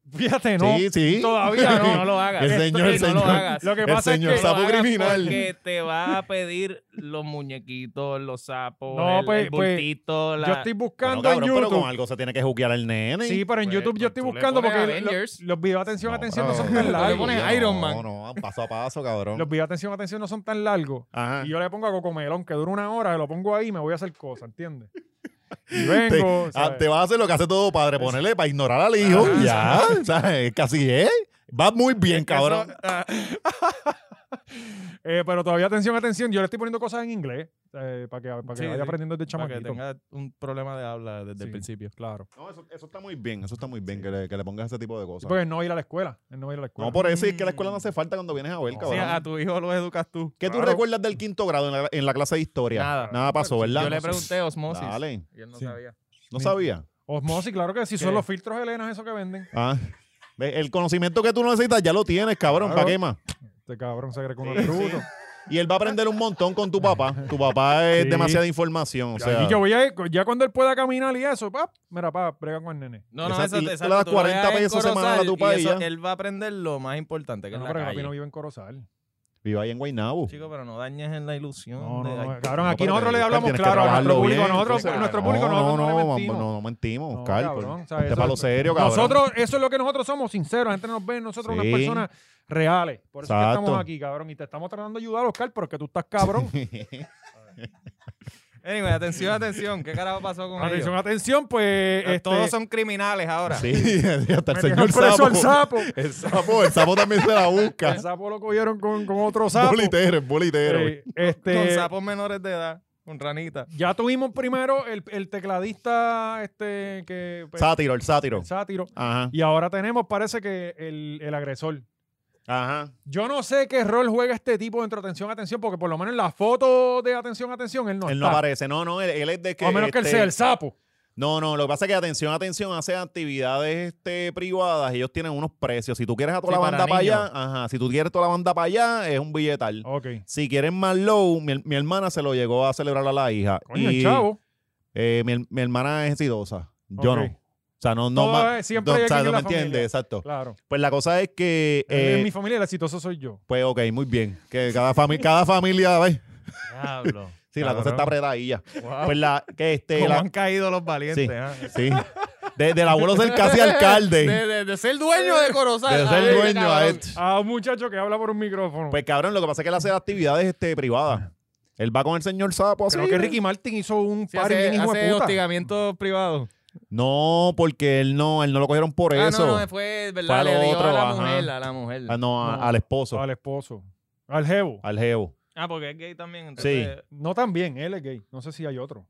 Fíjate, ¿no?
Sí, sí.
Todavía
No,
no.
no lo hagas.
El señor, el
no lo
señor.
hagas.
Lo que
El
pasa es
señor
que...
sapo
No lo hagas
criminal.
Porque te va a pedir los muñequitos, los sapos,
No,
el,
pues-
el bultito, la...
Yo estoy
Bueno,
buscando
cabrón,
en
pero
YouTube.
con algo se tiene que juquear al nene.
Sí, pero en
Pues,
YouTube yo
pues,
estoy
tú le
buscando
pones
porque lo-
Avengers.
los videos de atención, atención no
pero-
son tan
le
largos.
pones a- Iron Man.
No, no, paso a paso, cabrón.
Los videos de atención, atención no son tan largos.
Ajá.
Y yo le pongo a Cocomelón, que dura una hora, lo pongo ahí y me voy a hacer cosas, ¿entiendes? Y vengo.
Ah,
¿sabes?
te vas a hacer lo que hace todo padre, ponerle para ignorar al hijo. ya, ¿sabes? Casi es. Va muy bien, cabrón.
Eh, pero todavía atención, atención. Yo le estoy poniendo cosas en inglés eh, para que, para que
Sí,
vaya
sí.
aprendiendo desde
Para que
chamaquito.
tenga un problema de habla desde el
Sí.
principio.
Claro.
No, eso, eso está muy bien, eso está muy bien, que, le, que le pongas ese tipo de
Sí,
cosas.
porque él no va a ir a la escuela. Él no va a ir a la escuela.
No, por eso es que la escuela no hace falta cuando vienes a ver,
No.
O
cabrón.
sea, a tu hijo lo educas tú.
¿Qué tú
claro.
recuerdas del quinto grado en la, en la clase de historia?
Nada.
Nada pasó, ¿verdad?
Yo le
No sé.
pregunté osmosis.
Dale,
Y él no
Sí.
sabía.
no sabía.
Osmosis, claro que sí. Son
¿Qué?
los filtros helenas esos que venden.
Ah. Ve, El conocimiento que tú necesitas ya lo tienes, cabrón.
Claro.
¿Para qué más?
Este cabrón se cree con
Sí,
el bruto.
sí. Y él va a aprender un montón con tu papá. Tu papá es
Sí.
demasiada información. O sea,
y yo voy a ir, ya cuando él pueda caminar y eso, pap, mira, pa, brega con el nene.
No, no,
Esa-
eso,
y le
exacto,
das
tú lo
40
veas en
pesos semanal a
Corozal
tu
y
país, ¿eh?
eso-
ya.
Él va a aprender lo más importante que es
No,
la
pero que papi
calle.
no vive en Corozal.
viva ahí en Guaynabo.
Chico, pero no dañes en la ilusión.
No,
de-
no,
Ay,
no, cabrón,
No,
aquí
pero
nosotros le
tienes que
hablamos claro a
trabajarlo
nuestro público,
bien,
nosotros,
entonces,
nuestro
no,
público,
no,
nosotros no, le
no,
mentimos.
no, no mentimos,
No,
Oscar.
cabrón,
por-
o sea,
ponte
eso-
para lo serio, cabrón.
Nosotros, eso es lo que nosotros somos, sinceros. La gente nos ve, nosotros
Sí.
unas personas reales. Por eso es que
Exacto.
estamos aquí, cabrón. Y te estamos tratando de ayudar, Oscar, porque tú estás cabrón.
Anyway, atención, atención. ¿Qué carajo pasó con
atención,
ellos?
atención, pues.
Ah,
este,
Todos son criminales ahora.
Sí, hasta el
me dieron
señor
preso al
sapo.
sapo.
El sapo, el sapo también se la
El
busca.
sapo lo cogieron con, con otro sapo.
Bolitero, es bolitero.
Eh, este,
Con sapos menores de edad. Con ranita.
Ya tuvimos primero el, el tecladista este que pues,
Sátiro, el sátiro.
el sátiro.
Ajá,
Y ahora tenemos, parece que el, el agresor.
ajá.
Yo no sé qué rol juega este tipo dentro de atención, atención, porque por lo menos en la foto de atención, atención, él no
Él no
está.
aparece. No, no, él, él es de que...
a menos que él
este,
sea el sapo.
No, no, lo que pasa es que atención, atención, hace actividades este, privadas, ellos tienen unos precios. Si tú quieres a toda
Sí,
la
para
banda para
niños.
allá, ajá, si tú quieres toda la banda para allá, es un billetal.
Ok.
Si quieren más low, mi, mi hermana se lo llegó a celebrar a la hija.
Coño,
y,
el chavo.
eh, mi, mi hermana es exitosa. Yo
Ok.
no. O sea, no, no
Todo
ma-
es- siempre
no,
hay
o sea,
alguien en
no me
la familia.
entiendes, exacto.
Claro.
Pues la cosa es que,
Él es
eh,
mi familia el exitoso soy yo.
pues ok, muy bien. Que cada, fami- cada familia, ¿ves?
Diablo.
Sí, la cosa está
Cabrón.
apretadilla.
Ah.
Wow.
Pues la, que este,
¿Cómo
la-
han caído los valientes?
Sí.
ah?
sí. De- del abuelo ser casi alcalde.
De, de- de ser dueño de Corozal.
De
a
ser
este
dueño a
cabrón.
este.
A un muchacho que habla por un micrófono.
Pues cabrón, lo que pasa es que él hace actividades este, privadas. Él va con el señor sapo así.
Creo que Ricky Martin hizo un
Sí,
par bien
hace,
hijo de
hace
puta.
hostigamiento privado.
No, porque él no, él no lo cogieron por
Ah,
eso.
no, no, fue,
Fue a
¿verdad? Le
lo
dio
otro,
a la
ajá.
mujer, a la mujer.
Ah, no, a-
No.
al esposo,
Al esposo. Al jevo.
al jevo.
Ah, porque es gay también.
Sí.
Entonces,
No tan bien, él es gay. No sé si hay otro.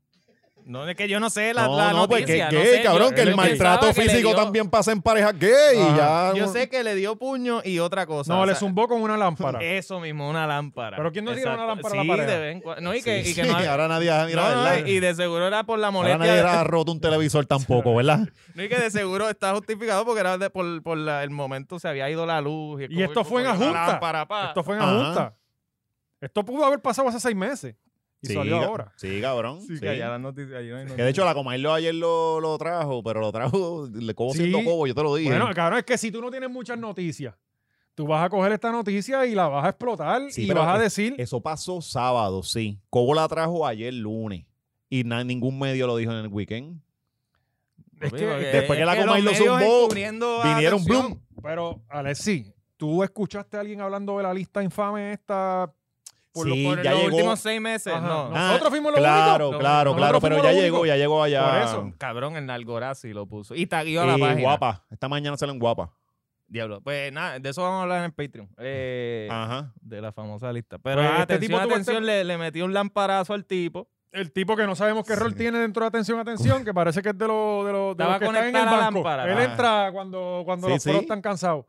No, es que yo no sé la,
no,
la
no,
noticia.
porque es
no
gay,
sé,
cabrón,
yo-
que el
yo
maltrato
pensaba que le
físico
dio-
también Ah, pasa en parejas gay. y
Ajá.
ya,
Yo sé que le dio puño y otra cosa.
No,
o
le
sea,
zumbó con una lámpara.
Eso mismo, una lámpara.
Pero ¿quién no tira
Exacto.
una lámpara a la
sí,
pared?
de vez en cuando. No, y que,
Sí,
y que
sí,
no,
ahora nadie, mira,
no, no,
¿verdad?
y de seguro era por la
ahora nadie
molestia.
ha roto un televisor tampoco, ¿verdad?
No, y que de seguro está justificado porque era de- por, por la- el momento se había ido la luz.
Y esto fue en Ajunta. Esto fue en
Ajá.
Ajunta. Esto pudo haber pasado hace seis meses. Y salió
ca-
ahora.
Sí, cabrón.
Sí,
sí.
que allá las noticias. allí no hay
Que de hecho la Comailo ayer lo, lo trajo, pero lo trajo, le cobo
Sí.
siendo cobo, yo te lo dije.
Bueno, cabrón, es que si tú no tienes muchas noticias, tú vas a coger esta noticia y la vas a explotar
Sí,
y
pero
vas a
es-
decir.
Eso pasó sábado, sí. Cobo la trajo ayer lunes. Y na- ningún medio lo dijo en el weekend.
es que-
después que la Comay lo zumbó, Vinieron Bloom.
Pero, Alexi, tú escuchaste a alguien hablando de la lista infame esta.
Por,
Sí,
lo- por
ya
los
llegó.
últimos seis meses.
Ajá,
No.
no. Nosotros fuimos los
Ah, Claro,
únicos.
claro,
Nosotros
claro. Pero
fuimos
ya
los
llegó,
únicos.
ya llegó allá.
Por eso.
Cabrón, el Nalgorazi lo puso. Y taguió a la
Y
página.
guapa. Esta mañana salen guapa.
Diablo. Pues nada, de eso vamos a hablar en el Patreon. Eh,
Ajá.
de la famosa lista. Pero
Pues, este
atención,
tipo tuvo
atención, le, le metió un lamparazo al tipo.
El tipo que no sabemos qué rol
Sí.
tiene dentro de atención, atención, que parece que es de, los de, los de
Estaba
los que están en el
conectada la
banco.
lámpara.
Él
Ah.
entra cuando, cuando
Sí,
los pros
sí.
están cansados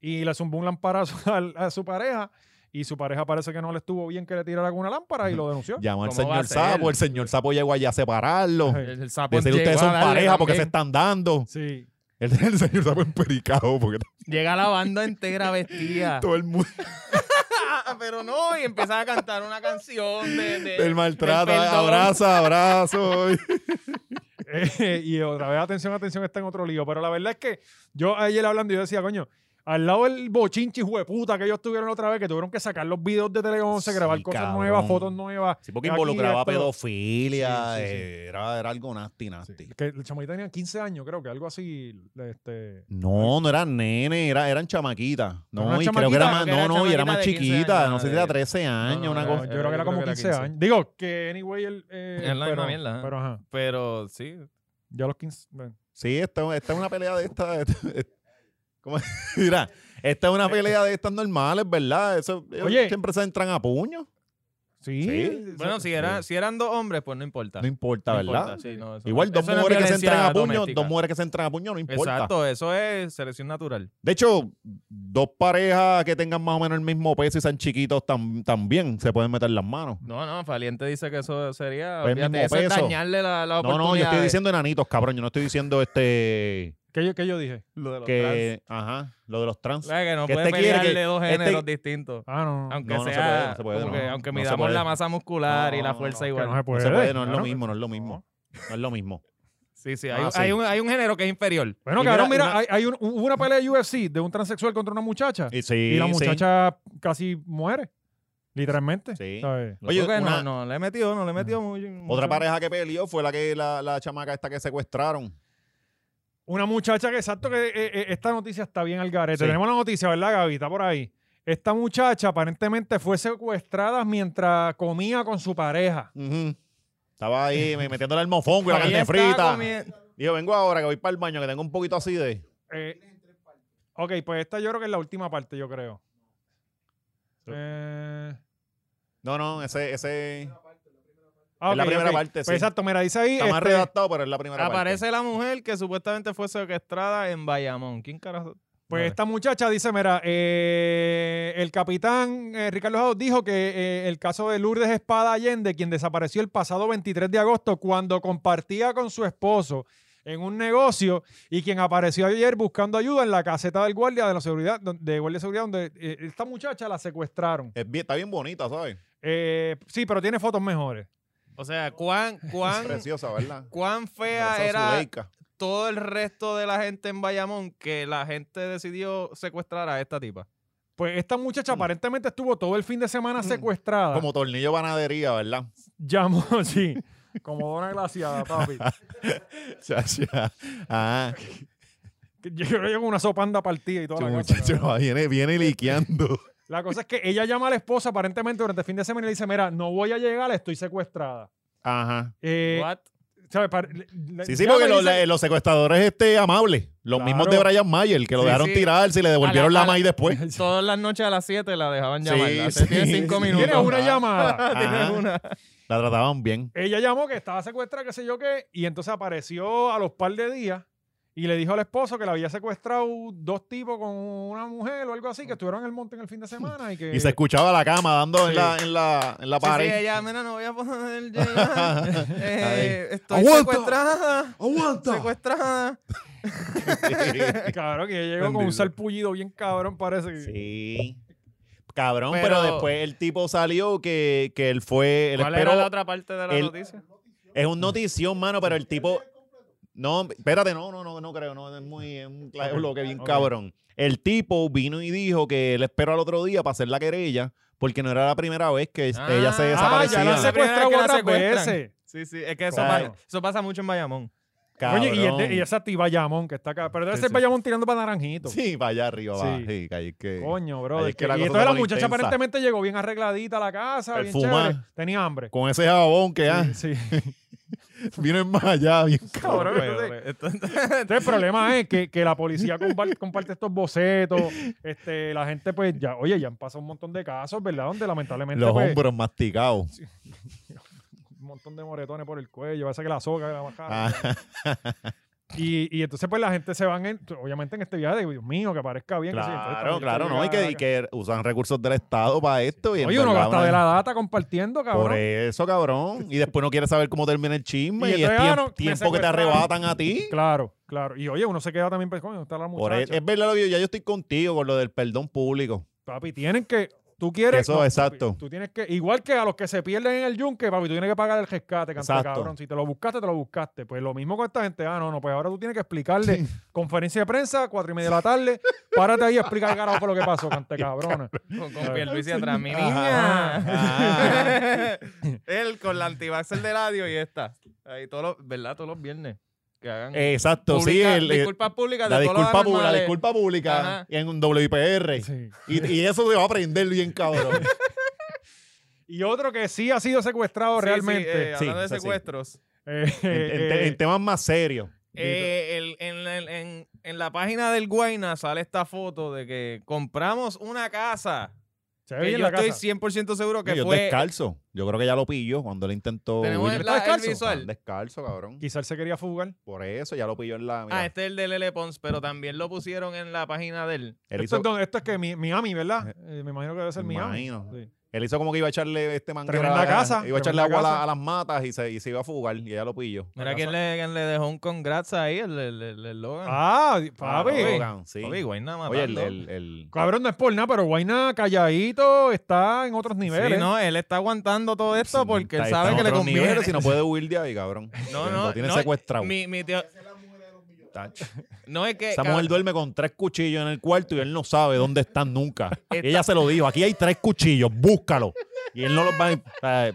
y le zumbó un lamparazo al- a, su pareja y su pareja parece que no le estuvo bien que le tirara con una lámpara y lo denunció.
Llamó al
¿Cómo va a
señor
ser?
sapo. El señor sapo llegó allá a
Oh.
separarlo.
Ay.
El, el sapo
Decir
llegó
ustedes
a
son
darle
pareja porque se
también.
están dando.
Sí.
El, el señor sapo empericado porque
Llega la banda entera vestida.
todo el mundo.
Ah, Pero no, y empieza a cantar una canción de, de-
El maltrato.
del perdón.
abraza, abrazo.
Eh, y otra vez, atención, atención, está en otro lío. Pero la verdad es que yo ayer hablando, yo decía, coño, al lado del bochinchi jueputa que ellos tuvieron la otra vez, que tuvieron que sacar los videos de Tele 11,
Sí,
grabar cosas
cabrón.
nuevas, fotos nuevas.
Sí, porque
Aquí
involucraba
esto-
pedofilia.
Sí, sí, sí.
eh, Era, era algo nasty, nasty.
Sí, Que el chamaquita tenía 15 años, creo que algo así. Este,
No, no eran nene, era, eran chamaquitas. No,
Eran
y creo que era
chamaquitas,
más,
creo que
no,
era
no, y era
chamaquita
más
de 15
chiquita,
años,
no sé si
de-
era 13 años,
no,
una
no,
cosa.
yo creo que era como 15, años. Digo, que anyway, el. eh,
Es la misma
pero,
mierda, ajá.
pero ajá.
Pero sí.
Ya los 15. bueno.
Sí, esta, esta es una pelea de estas. ¿Cómo? Mira, esta
Eh,
es una pelea de estas normales, ¿verdad? Eso, ellos
Oye.
siempre se entran a puño.
Sí.
Sí.
o sea,
Bueno, si, era, si eran dos hombres, pues no importa.
No importa,
No
¿verdad?
importa, sí, no, eso
Igual
no-
dos
eso no es
mujeres que se
violencia
entran a puño,
doméstica.
dos mujeres que se entran a puño, no importa.
Exacto, eso es selección natural.
De hecho, dos parejas que tengan más o menos el mismo peso y sean chiquitos tam- también se pueden meter las manos.
No, no, Valiente dice que eso sería.
Pues el
olvídate, eso
mismo
es
peso.
dañarle la, la
No,
oportunidad.
no, yo estoy diciendo enanitos, cabrón. Yo no estoy diciendo este
¿Qué yo, qué yo dije?
Lo de los trans.
Que, ajá, lo de los trans.
La que no
que
puede
este quiere
pelear
que-
de dos
este-
géneros distintos.
Ah, no. no,
Aunque
No, no se
sea,
puede, no se puede,
como
no.
que- aunque
No se
midamos
puede.
la masa muscular y la
No,
fuerza
no,
que
igual.
no se
No
puede.
se puede, no es
claro.
lo mismo, no es
pues,
lo mismo. No es lo mismo.
Sí, sí, hay,
Ah,
un-
sí.
hay un, hay un género que es inferior.
Bueno,
Y
cabrón, mira,
mira,
hay, hay un- hubo una pelea de UFC de un transexual contra una muchacha.
Y, sí,
Y la
sí.
muchacha casi muere. Literalmente.
Sí.
¿sabes?
Yo
Oye,
creo que
una- Mm.
no, no, le he metido, no le he metido mucho.
Otra
mucho.
pareja que peleó fue la que la, la chamaca esta que secuestraron.
Una muchacha que, exacto, que eh, eh, esta noticia está bien al garete.
Sí.
Tenemos la noticia, ¿verdad, Gaby? Está por ahí. Esta muchacha aparentemente fue secuestrada mientras comía con su pareja.
Ujú. Estaba ahí me- metiéndole al mofón con la
Ella
carne
está
frita.
comiendo-
Dijo, vengo ahora que voy para el baño, que tengo un poquito así de.
Eh, ok, pues esta yo creo que es la última parte, yo creo. Eh,
No, no, ese, ese.
ah,
Es la
ok,
primera
ok.
parte,
Pues
sí.
Exacto, mira, dice ahí.
Está más
este,
redactado, pero es la primera
Aparece la mujer que supuestamente fue secuestrada en Bayamón. ¿Quién carajo?
Pues
Dale.
esta muchacha dice, mira, eh, el capitán eh, Ricardo Jao dijo que eh, el caso de Lourdes Espada Allende, quien desapareció el pasado 23 de agosto cuando compartía con su esposo en un negocio y quien apareció ayer buscando ayuda en la caseta del guardia de la seguridad, don- de guardia de seguridad, donde eh, esta muchacha la secuestraron.
parte. Es bien- está bien bonita, ¿sabes?
Eh, sí, pero tiene fotos mejores.
O sea, cuán, cuán,
Preciosa, ¿verdad?
cuán fea
Parece a
era
Zuleika.
todo el resto de la gente en Bayamón que la gente decidió secuestrar a esta tipa.
Pues esta muchacha aparentemente estuvo todo el fin de semana
Ah.
secuestrada.
Como tornillo de panadería, ¿verdad?
Llamó, sí. Como dona glaciada, papi.
Chacho, ah,
Que Yo creo que con una sopanda partida y todo.
este muchacho viene, viene liqueando.
La cosa es que ella llama a la esposa aparentemente durante el fin de semana y le dice, mira, no voy a llegar, estoy secuestrada.
Ajá.
Eh,
What?
¿sabes? Para- le- le-
Sí, sí,
llama
porque
y
los,
dice-
la- los secuestradores este amables, los
Claro.
mismos de Brian Mayer, que lo
Sí,
dejaron
sí.
tirarse y le devolvieron
A la-
la,
a la-
maíz después.
Todas las noches a las 7 la dejaban
Sí,
llamarla. Se
sí,
tiene
sí.
5
Tiene
minutos. Ah,
Tiene una
Ajá.
llamada.
Ajá.
una.
La trataban bien.
Ella llamó que estaba secuestrada, qué sé yo qué, y entonces apareció a los par de días y le dijo al esposo que la había secuestrado dos tipos con una mujer o algo así, que estuvieron en el monte en el fin de semana y que...
Y se escuchaba la cama dando
Sí.
en, la, en, la, en
Sí,
la
sí,
pared.
ella, mira, no voy a poder llegar. Eh, estoy
Aguanta.
secuestrada.
¡Aguanta!
Secuestrada.
Claro, que ella llegó con un
Bendito.
salpullido bien cabrón, parece.
Sí. Cabrón, pero,
Pero-
después el tipo salió que, que él fue. Él
¿Cuál
esperó-
era la otra parte de la
el-
noticia?
Es un notición, mano, pero el tipo. No, espérate, no, no, no, no creo. No, es muy es un clave bloque bien cabrón. El tipo vino y dijo que él esperó al otro día para hacer la querella, porque no era la primera vez que
Ah,
ella se
ah,
Ah,
desaparecía.
ya la
Es la primera
secuestrado
vez que la
otras
secuestran.
veces.
Sí, sí, es que eso,
Claro.
pasa, eso pasa mucho en Bayamón.
Oye, y, el de-
Cabrón.
y esa tía Bayamón que está acá. Pero debe
Sí,
ser
sí.
Bayamón tirando para Naranjito.
Sí, para allá arriba, va.
Sí.
Sí, que ahí es que.
Coño,
Ahí
bro.
es que la
y
cosa
entonces
se
la
pone
muchacha
intensa.
aparentemente llegó bien arregladita a la casa, bien
Perfumada.
chévere. Tenía hambre.
Con ese jabón que ah,
Sí.
vienen más allá, bien
Cabrón,
Peor,
entonces-
peor. Esto-
Entonces, el problema es que, que la policía comparte, comparte estos bocetos. Este, la gente, pues, ya, oye, ya han pasado un montón de casos, ¿verdad? Donde lamentablemente
Los
pues,
hombros masticados.
un montón de moretones por el cuello, parece que la soga la bajaron.
Ah,
Y, y entonces, pues, la gente se van, en- obviamente, en este viaje de Dios mío, que parezca bien. que sí. Entonces, esta
claro,
muchacha
claro, no.
llega
Y que,
acá.
y que usan recursos del Estado para esto. Y en
Oye, uno
verdad,
gasta
una-
de la data compartiendo, cabrón.
Por eso, cabrón. Y después no quieres saber cómo termina el chisme.
Y
Y, es
entonces, ah,
tiemp-
no, me
tiempo que te
secuestraron.
arrebatan a ti.
Claro, claro. Y oye, uno se queda también, pues, coño, está la
Por
muchacha.
eso- es verdad lo que yo, ya yo estoy contigo con lo del perdón público.
Papi, tienen que. Tú quieres.
Eso,
papi,
exacto.
Tú tienes que. Igual que a los que se pierden en el yunque, papi, tú tienes que pagar el rescate, canto de
Exacto.
cabrón. Si te lo buscaste, te lo buscaste. Pues lo mismo con esta gente. Ah, no, no, pues ahora tú tienes que explicarle. Conferencia de prensa, cuatro y media de la tarde. Párate ahí y explica el carajo por lo que pasó, cante cabrona.
Con,
Claro.
con Pierluisi atrás, mi
Ajá. Ah,
niña. Él con la antivaxel de radio y esta. Ahí todos los, ¿verdad? Todos los viernes. Que hagan.
Eh, Exacto,
pública-
sí. el- el-
disculpas públicas de
la,
todos los
disculpa, pú- la
anormales.
disculpa pública
Ajá.
en un WIPR.
Sí.
Y, y eso se va a aprender bien, cabrón.
Y otro que sí ha sido secuestrado
Sí, sí, eh,
realmente.
hablando
Sí,
de
eso sí.
secuestros.
Eh,
en, en te-
eh,
en temas más serios.
Eh, el- en, la- en- en la página del Guayna sale esta foto de que compramos una casa.
Eh,
se ve
Que
bien
yo
la casa.
estoy 100% seguro que
yo
fue.
descalzo. Yo creo que ya lo pilló cuando le intentó.
Tenemos
huir.
el- la- el
Estaban
visual.
Ah, Descalzo, cabrón.
Quizás él se quería fugar.
Por eso ya lo pilló en la. mira,
Ah, este es el de Lele Pons, pero también lo pusieron en la página de él.
él
Esto,
hizo-
es, donde- esto es que mi- Miami, ¿verdad? Eh, me imagino que debe ser
Me
Miami.
imagino.
Sí.
Él hizo como que iba a echarle este manguera.
Tremenda
a-
casa,
Iba a echarle
tremenda
agua a, la-
casa.
a las matas y se, y se iba a fugar y ella lo pilló.
Mira quién le, quién le dejó un congrats ahí, el, el, el, el Logan.
Ah, papi.
Ah, Logan, sí.
Papi, güey, nada más.
Oye, el, el- el-
Cabrón, no es por nada, pero Guayna calladito está en otros niveles.
Sí, no, él está aguantando todo esto porque él
está- está
sabe
en
que le
otros
conviene.
niveles y no puede huir de ahí, cabrón.
No,
Lo
no,
tiene
no,
secuestrado.
Mi, mi teo-
Tacho.
No es que.
Esa
cabrón,
mujer duerme con tres cuchillos en el cuarto y él no sabe dónde están nunca. Y ella se lo dijo, aquí hay tres cuchillos, búscalo. Y él no los va a... eh,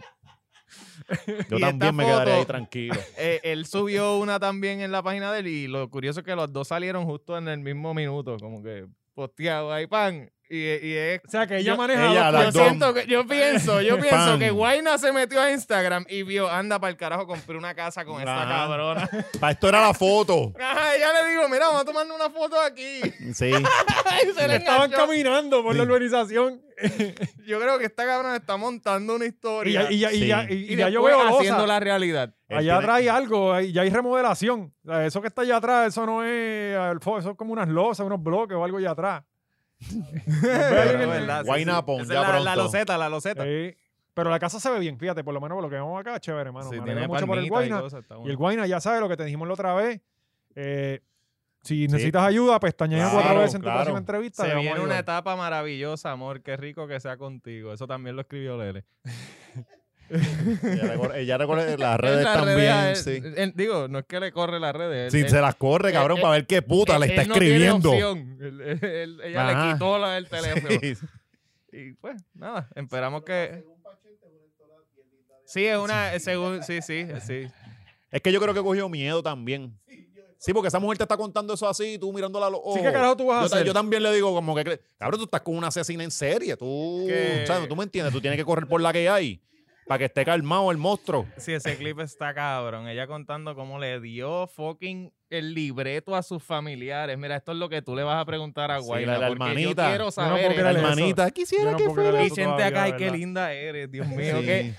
Yo
Y esta
también me quedaré
foto-
ahí tranquilo.
eh, él subió una también en la página de él y lo curioso es que los dos salieron justo en el mismo minuto, como que posteado ahí, pan. Y, y es.
O sea, que ella
Yo-
maneja
ella,
dos-
la-
Yo,
Las dos.
siento que, yo pienso, yo pienso
Pan.
que Guayna se metió a Instagram y vio, anda para el carajo, compré una casa con esta
Ajá.
cabrona.
Para esto era la foto.
Ajá, ella le digo, mira, vamos a tomarnos una foto aquí.
Sí.
Y se le
Estaban
enganchó.
caminando por la
Sí.
urbanización.
Yo creo que esta cabrona está montando una
Y
historia.
ya, y ya- y
Sí.
ya- y- y ya yo
después
veo losa.
haciendo la realidad.
Él
Allá
tiene-
atrás
este.
hay algo, hay- ya hay remodelación. O sea, eso que está allá atrás, eso no es. al fo- Eso es como unas losas, unos bloques o algo allá atrás.
Pero,
el-
¿verdad? Sí,
Why
sí.
not, pon,
Esa
ya
es la, la
pronto.
loseta, la loseta.
Sí. Pero la casa se ve bien, fíjate, por lo menos por lo que vemos acá, chévere, hermano.
Sí,
Me
tiene
alegro mucho por el
palmita y
Guayna.
cosas, está
Y el
bueno.
Guayna, ya sabes lo que te dijimos la otra vez. eh, si necesitas ayuda, pestañea
Claro,
cuatro veces en tu
claro.
próxima entrevista. te
Se
vamos a
viene
ayudar.
una etapa maravillosa, amor. Qué rico que sea contigo. Eso también lo escribió Lele.
Ella le corre- ella le corre las
En
redes
las
también,
redes a él-
sí.
él- digo, no es que le corre las redes.
Sí,
él-
se las corre, cabrón,
él-
para ver qué puta le
él-
está
él no tiene
escribiendo.
opción. Él- él- él- ella le
Ajá.
quitó la- el teléfono.
Sí.
Y pues, nada, esperamos que. Sí, es una. eh, Según, sí, sí, sí.
Es que yo creo que cogió miedo también. Sí, porque esa mujer te está contando eso así, y tú mirándola a los ojos.
Sí, ¿qué carajo tú vas a
yo, ta-
hacer?
yo también le digo como que, cre- cabrón, tú estás con una asesina en serie. Tú,
Que-
o sea, tú me entiendes, tú tienes que correr por la que hay para que esté calmado el monstruo.
Sí, ese clip está cabrón. Ella contando cómo le dio fucking el libreto a sus familiares. Mira, esto es lo que tú le vas a preguntar a
Sí,
Guayla.
la- la
porque Yo
hermanita.
quiero
puedo
saber.
creer
La
eso.
hermanita,
Yo
quisiera
no
que
puedo creer
fuera.
Y
eso
gente
todavía,
acá, y
de
qué
verdad.
linda eres, Dios
Sí.
mío. que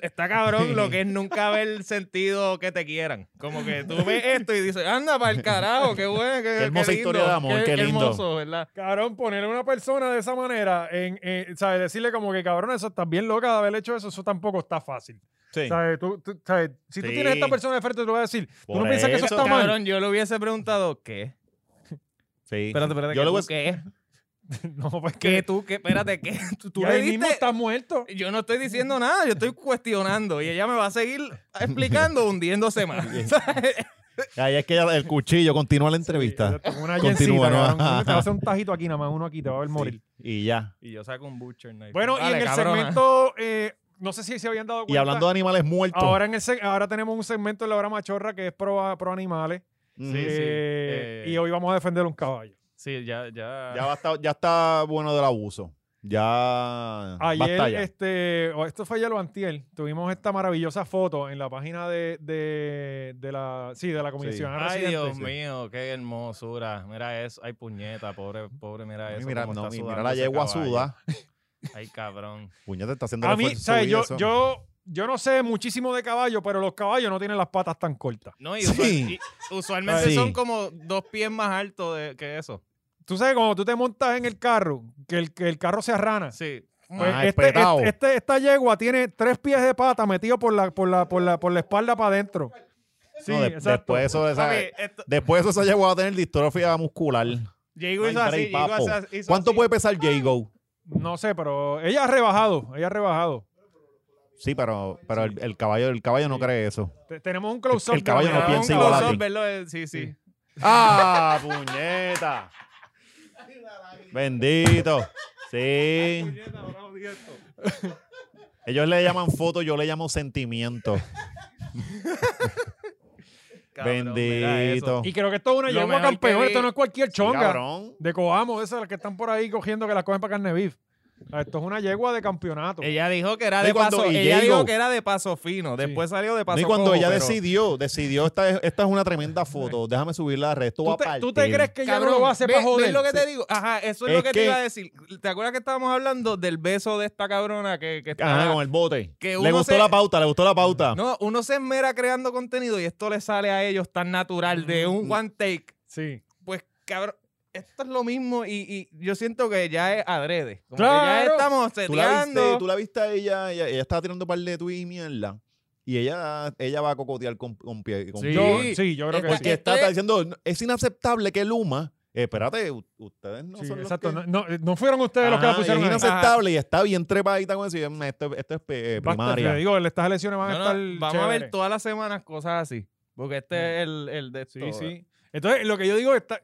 Está cabrón lo que es nunca haber sentido que te quieran. Como que tú ves esto y dices, anda para el carajo, qué bueno, qué, qué
hermosa
lindo,
historia de amor, qué lindo.
hermoso, ¿verdad?
Cabrón, poner a una persona de esa manera, en, eh, ¿sabes? Decirle como que, cabrón, eso estás bien loca de haber hecho eso, eso tampoco está fácil.
Sí.
¿Sabes? Tú- tú- ¿sabes? Si tú
Sí.
tienes a esta persona de frente, tú le vas a decir, tú no
Por
piensas que eso
eso,
está mal.
Cabrón, yo le hubiese preguntado, ¿qué?
Sí.
Espérate, espérate, ¿qué
Yo le
tú
voy a-
¿qué?
No, pues
¿Qué
que
tú? ¿Qué? Espérate, ¿qué? Tú, tú
tú
le
ahí mismo
diste-
estás muerto.
Yo no estoy diciendo nada, yo estoy cuestionando y ella me va a seguir explicando hundiéndose más. ¿sabes?
Ahí es que ya el cuchillo continúa la entrevista.
Exacto, con una
Continúa,
yencita,
¿no?
cabrón. Uno Te va a hacer un tajito aquí nada más, uno aquí, te va a ver morir.
Y ya.
y yo saco un butcher knife.
Bueno, y
Dale,
en el
cabrona.
segmento, eh, no sé si se habían dado cuenta.
Y hablando de animales muertos.
ahora, en el seg- ahora tenemos un segmento de la hora machorra que es pro, pro animales.
Mm.
Sí, sí.
Eh,
Eh,
Y hoy vamos a defender un caballo.
Sí, ya, ya.
Ya, basta- ya está bueno del abuso. Ya.
Ayer,
basta ya.
este, o esto fue ayer o antier, tuvimos esta maravillosa foto en la página de, de, de la, sí, de la comisión.
Sí.
Ay,
residente.
Dios mío, qué hermosura. Mira eso. Ay, puñeta, pobre, pobre, mira
Ay,
eso.
mira,
cómo
no,
está
mi-
sudando
mira la
ese
yegua
caballo.
suda.
Ay, cabrón.
Puñeta está haciendo
A mí, ¿sabes? Yo, yo, yo no sé muchísimo de caballo, pero los caballos no tienen las patas tan cortas.
No, y,
Sí.
usual- y usualmente
Sí.
son como dos pies más altos de- que eso.
Tú sabes, cuando tú te montas en el carro, que el, que el carro se arrana.
Sí.
Pues
Ah,
este,
espetao.
este- este- esta yegua tiene tres pies de pata metido por la, por la, por la, por la espalda para adentro. Sí,
No, de-
exacto.
Después eso, esa,
Papi, esto-
después eso esa yegua va a tener distrofia muscular.
Diego
No
hizo
hay
así,
break,
Diego
papo.
hace así- hizo
¿Cuánto
así.
puede pesar Jago?
Ah. No sé, pero ella ha rebajado, ella ha rebajado.
Sí, pero, pero el, el caballo, el caballo no cree eso.
Te- tenemos un close-up.
El- el caballo
de
no
la-
Era
piensa
un
igual a
close-up,
ti.
verlo, eh, Sí, sí.
¡Ah, puñeta! Bendito. Sí. Ellos le llaman foto, yo le llamo sentimiento.
Cabrón, mira eso.
Bendito.
Y creo que esto es una
Lo
yegua
mejor que
campeón,
vi-
esto no es cualquier chonga.
Cabrón.
de Coamo, de esas las que están por ahí cogiendo que las cogen para carne beef. Esto es una yegua de campeonato.
Ella dijo que era
No, y
de
cuando-
paso,
y
ella dijo
Diego-
que era de paso fino, después salió de paso
No, y cuando
cojo,
ella
pero-
decidió, decidió, esta es, esta es una tremenda foto, déjame subirla a red, esto va
¿Tú
a
te,
partir.
tú te crees que ella no
Cabrón,
lo va a hacer
ve-
para
¿ves
joder?
lo que te digo? Ajá, eso es,
Es
lo que, te
que-
iba a decir. ¿Te acuerdas que estábamos hablando del beso de esta cabrona que, que
Ajá,
estaba-
con el bote.
que
le
uno
gustó
se-
la pauta, le gustó la pauta.
No, uno se esmera creando contenido y esto le sale a ellos tan natural de un one take.
Sí.
Pues, cabrón, esto es lo mismo y, y yo siento que ya es adrede. Como que
Claro.
ya estamos
Tú la, viste,
seteando.
tú la viste a ella, ella, ella estaba tirando un par de tweets y mierda. Y ella, ella va a cocotear con, con pie. Con
Sí.
pie.
Yo- sí, yo creo que
Porque
sí.
Este-
está, está diciendo, "No, es inaceptable que Luma. eh, espérate, u- ustedes no
Sí,
son los
exacto.
que-
No, no, no fueron ustedes los que la
Ajá, y
pusieron.
Es
ahí.
inaceptable y está bien trepadita con eso. Y, mm, esto, esto es eh,
Basta,
primaria.
le digo, estas elecciones van
No, no,
a estar.
vamos a
chéveres.
ver todas las semanas cosas así. Porque este es el, el de esto.
Sí, sí. Entonces, lo que yo digo está.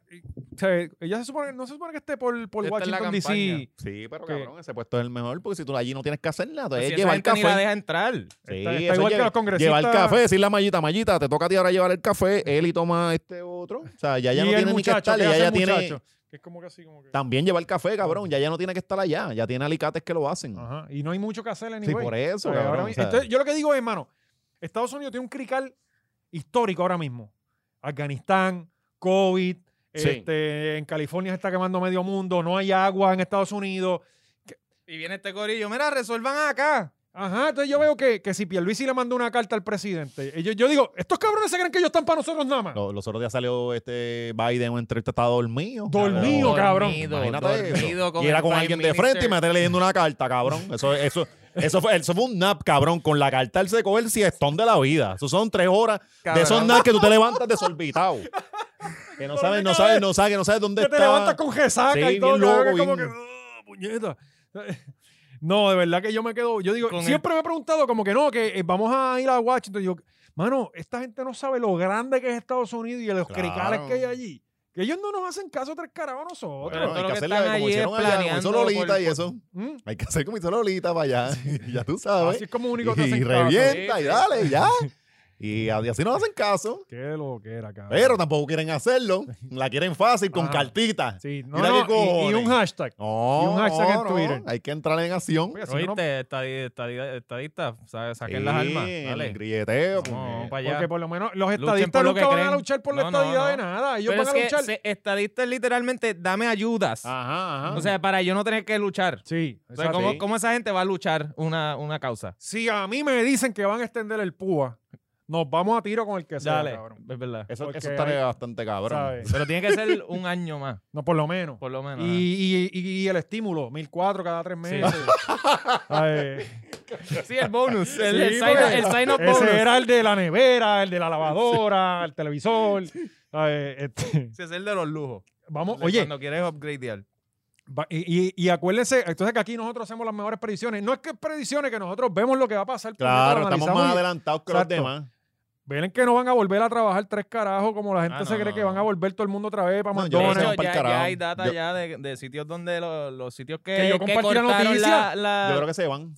o sea, ella se supone, no se supone que esté por, por
Esta es la
Washington DC.
campaña.
Sí, pero
Que-
cabrón, ese puesto es el mejor porque si tú allí no tienes que hacer nada,
Pues Si
es
esa
llevar
gente ni la
Pues, café.
deja entrar.
Sí,
Está- está
eso
igual que
lleva-
los congresistas.
Llevar café, decirle a Mayita, Mayita, te toca a ti ahora llevar el café, él y toma este otro. O sea, ya ya no
y el
tiene ni que
muchacho,
estar,
¿qué
ya
hace
ya
el
tiene...
muchacho? Que es como que así, como que.
También llevar café, cabrón, ya ya no tiene que estar allá, ya tiene alicates que lo hacen.
Ajá. Y no hay mucho que hacer,
Sí,
anyway.
por eso,
Pues, ahora
cabrón.
mi-
o sea,
entonces, yo lo que digo es, hermano, Estados Unidos tiene un crical histórico ahora mismo. Afganistán, COVID,
Sí.
este, en California se está quemando medio mundo, no hay agua en Estados Unidos.
Y viene este corillo, mira, resuelvan acá.
Ajá, entonces yo veo que, que si Pierluisi le mandó una carta al presidente, ellos- yo digo, estos cabrones se creen que ellos están para nosotros nada más.
lo- los otros días salió este Biden en una entrevista, estaba dormido.
Dormido, cabrón.
Imagínate eso.
con
y era
el
con
Prime
alguien de
Minister.
frente y me está leyendo una carta, cabrón. Eso, eso, eso, fue, eso fue un nap, cabrón. Con la carta él se coge el siestón de la vida. Eso son tres horas de esos
Cabrón.
naps que tú te levantas desorbitado. Que no sabes, no sabes, no sabes, que no sabes dónde
que
está.
te levantas con resaca
Sí,
y todo,
bien
cabrón, que
loco,
como
bien-
que, "Ah, puñeta. No, de verdad que yo me quedo, yo digo,
Con el-
siempre me he preguntado como que no, que eh, vamos a ir a Washington. Yo, mano, esta gente no sabe lo grande que es Estados Unidos y los
Claro.
cricales que hay allí. Que ellos no nos hacen caso tres carajos a nosotros.
Bueno,
todo
hay
lo
que
que
hacerle
están
como
allí
hicieron
es
allá, como hizo
planeando
Lolita
por-
y eso.
¿Mm?
Hay que hacer como hizo Lolita para allá. ya tú
Así
sabes.
es como único te
Y
hacen caso.
revienta
Sí,
y
sí.
dale, y ya. Y así no hacen caso.
Qué lo que era, cabrón.
Pero tampoco quieren hacerlo. La quieren fácil, con
Ah.
cartitas.
Sí, no,
Mira
no,
qué
y, y un
cojones.
Eh,
hashtag.
No,
Y un hashtag en
no, no,
Twitter.
Hay que entrar en acción.
Oye, si no, no-
Oíste, estadi- estadi- estadista, sa- saquen las
Sí,
armas.
El
Dale.
grilleteo.
Vamos para allá.
porque por lo menos los
Luchen
estadistas
por lo
nunca
que
van a
creen.
luchar por la
No, no,
estadidad de
no.
nada. Ellos
Pero
van a
es que
luchar.
se- estadista es literalmente dame ayudas.
Ajá,
O sea, para yo no tener que luchar.
Sí,
O sea,
exacto.
¿cómo, cómo esa gente va a luchar una, una causa?
Si a mí me dicen que van a extender el púa, nos vamos a tiro con el que sea,
Dale,
cabrón.
es verdad.
eso,
porque
eso estaría bastante cabrón.
¿Sabes?
Pero tiene que ser un año más,
No, por lo menos.
por lo menos. ajá.
Y, y- y- y el estímulo, 1004 cada tres meses. ¿Sabes?
Sí, el bonus. El,
Sí,
el sign,
porque
el sign up bonus.
Ese era el de la nevera, el de la lavadora, el televisor. ¿sabes? Este,
Ese es el de los lujos.
vamos,
El de
oye,
Cuando quieres upgradear.
Va- Y, y- y acuérdense, entonces que aquí nosotros hacemos las mejores predicciones. No es que predicciones que nosotros vemos lo que va a pasar. porque
Claro,
nosotros
estamos
analizamos
más
y-
adelantados que
Exacto.
los demás.
Ven que no van a volver a trabajar tres carajos como la gente
Ah,
se
no,
cree que
no.
van a volver todo el mundo otra vez para
No, yo
De
no
McDonald's.
sé,
hecho,
pa'l
ya,
carajo.
ya hay data
Yo-
ya de, de sitios donde lo- los sitios que,
Que yo compartí la
cortaron
noticia.
la-
Yo creo que se van.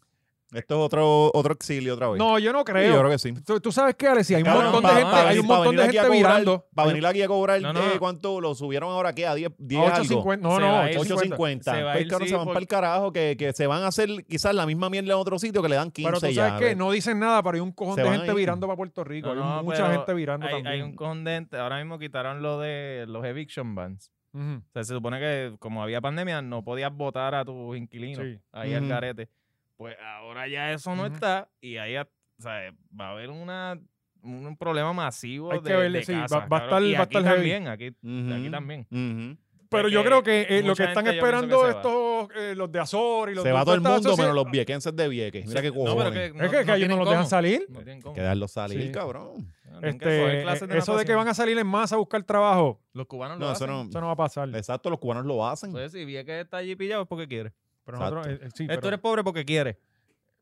Esto es otro, otro exilio otra vez.
Ah. No, yo no creo.
Sí, yo creo que sí.
tú, tú sabes qué, Alexis, hay un
Cabrón,
montón de
pa-
gente,
pa
hay
venir-
un
pa
montón de
venir aquí a
gente
cobrar-
virando.
Para venir aquí a cobrar,
No, no.
eh, ¿cuánto lo subieron ahora qué? A 10, 10
a
algo.
8.50. No,
Se
no,
va a ir.
8.50.
850.
Se va a
Pues
ir,
cabrón,
sí,
se van
por-
para el carajo que, que se van a hacer quizás la misma mierda en otro sitio que le dan 15
Pero tú
ya.
sabes que no dicen nada, pero hay un cojón
Se
de
van
gente
ahí.
virando para Puerto Rico.
No,
hay
no,
mucha
pero
gente virando
hay,
también.
hay un condente. Ahora mismo quitaron lo de los eviction bans.
Ujú.
O sea, se supone que como había pandemia, no podías votar a tus inquilinos
Sí.
ahí al
Ujú.
garete. Pues ahora ya eso no
Ujú.
está y ahí o sea, va a haber una, un problema masivo
Hay que
de,
verle,
de
sí, va-
casas,
va a
cabrón.
estar-
Y
va a
aquí
estar heavy.
también, aquí,
Ujú,
aquí también.
ujú.
Pero
de
yo
que
creo que eh, lo
mucha
que están
gente yo pienso
esperando
que se
estos, eh, los de Azor y los
Se
de
va todo el
todas estas
mundo menos
asociaciones-
los viequenses de vieques. Mira qué
No,
cojones.
pero que no,
Es que, que ellos no
tienen
los dejan
cómo.
salir.
No tienen cómo.
Quedarlo salir,
Sí.
cabrón.
Tienen que coger clases
Este, eso de que
natación.
van a salir en masa a buscar trabajo,
Los cubanos lo
No, eso
hacen.
no.
eso no va a pasar.
Exacto, los cubanos lo hacen.
Entonces, si vi que está allí pillado es porque quiere.
Pero nosotros, eh, eh, Mm. sí,
Pues, Eh, tú
pero-
eres pobre porque quiere.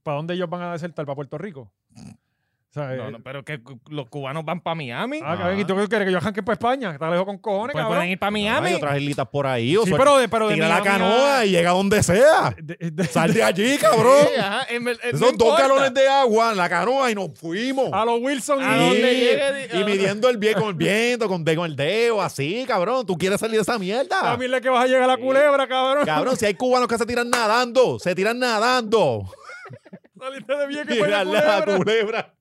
¿para dónde ellos van a desertar? ¿Para Puerto Rico? O sea,
No,
eh,
no, pero que cu- los cubanos van para Miami.
ah, cabrón, ¿y tú qué quieres? Que yo arranque para España, que está lejos con cojones,
Pues pueden
cabrón.
ir pues para
Hay
Miami.
otras islitas por ahí. O
Sí,
sea,
pero de, pero de
tira la
Miami a-
canoa y llega donde sea.
de- de-
Sal de allí, cabrón.
Sí, ajá, en ver- eh, no
Esos dos
importa.
galones de agua en la canoa y nos fuimos.
a los Wilson.
¿A
Sí.
y-
dónde llegue, di- a
y
dónde-
midiendo el pie con el viento, con, de- con el dedo, así, cabrón. ¿Tú quieres salir de esa mierda?
También le que vas a llegar a la culebra, cabrón.
Cabrón, si hay cubanos que se tiran nadando, se tiran nadando.
Saliste de bien que
Mira la culebra.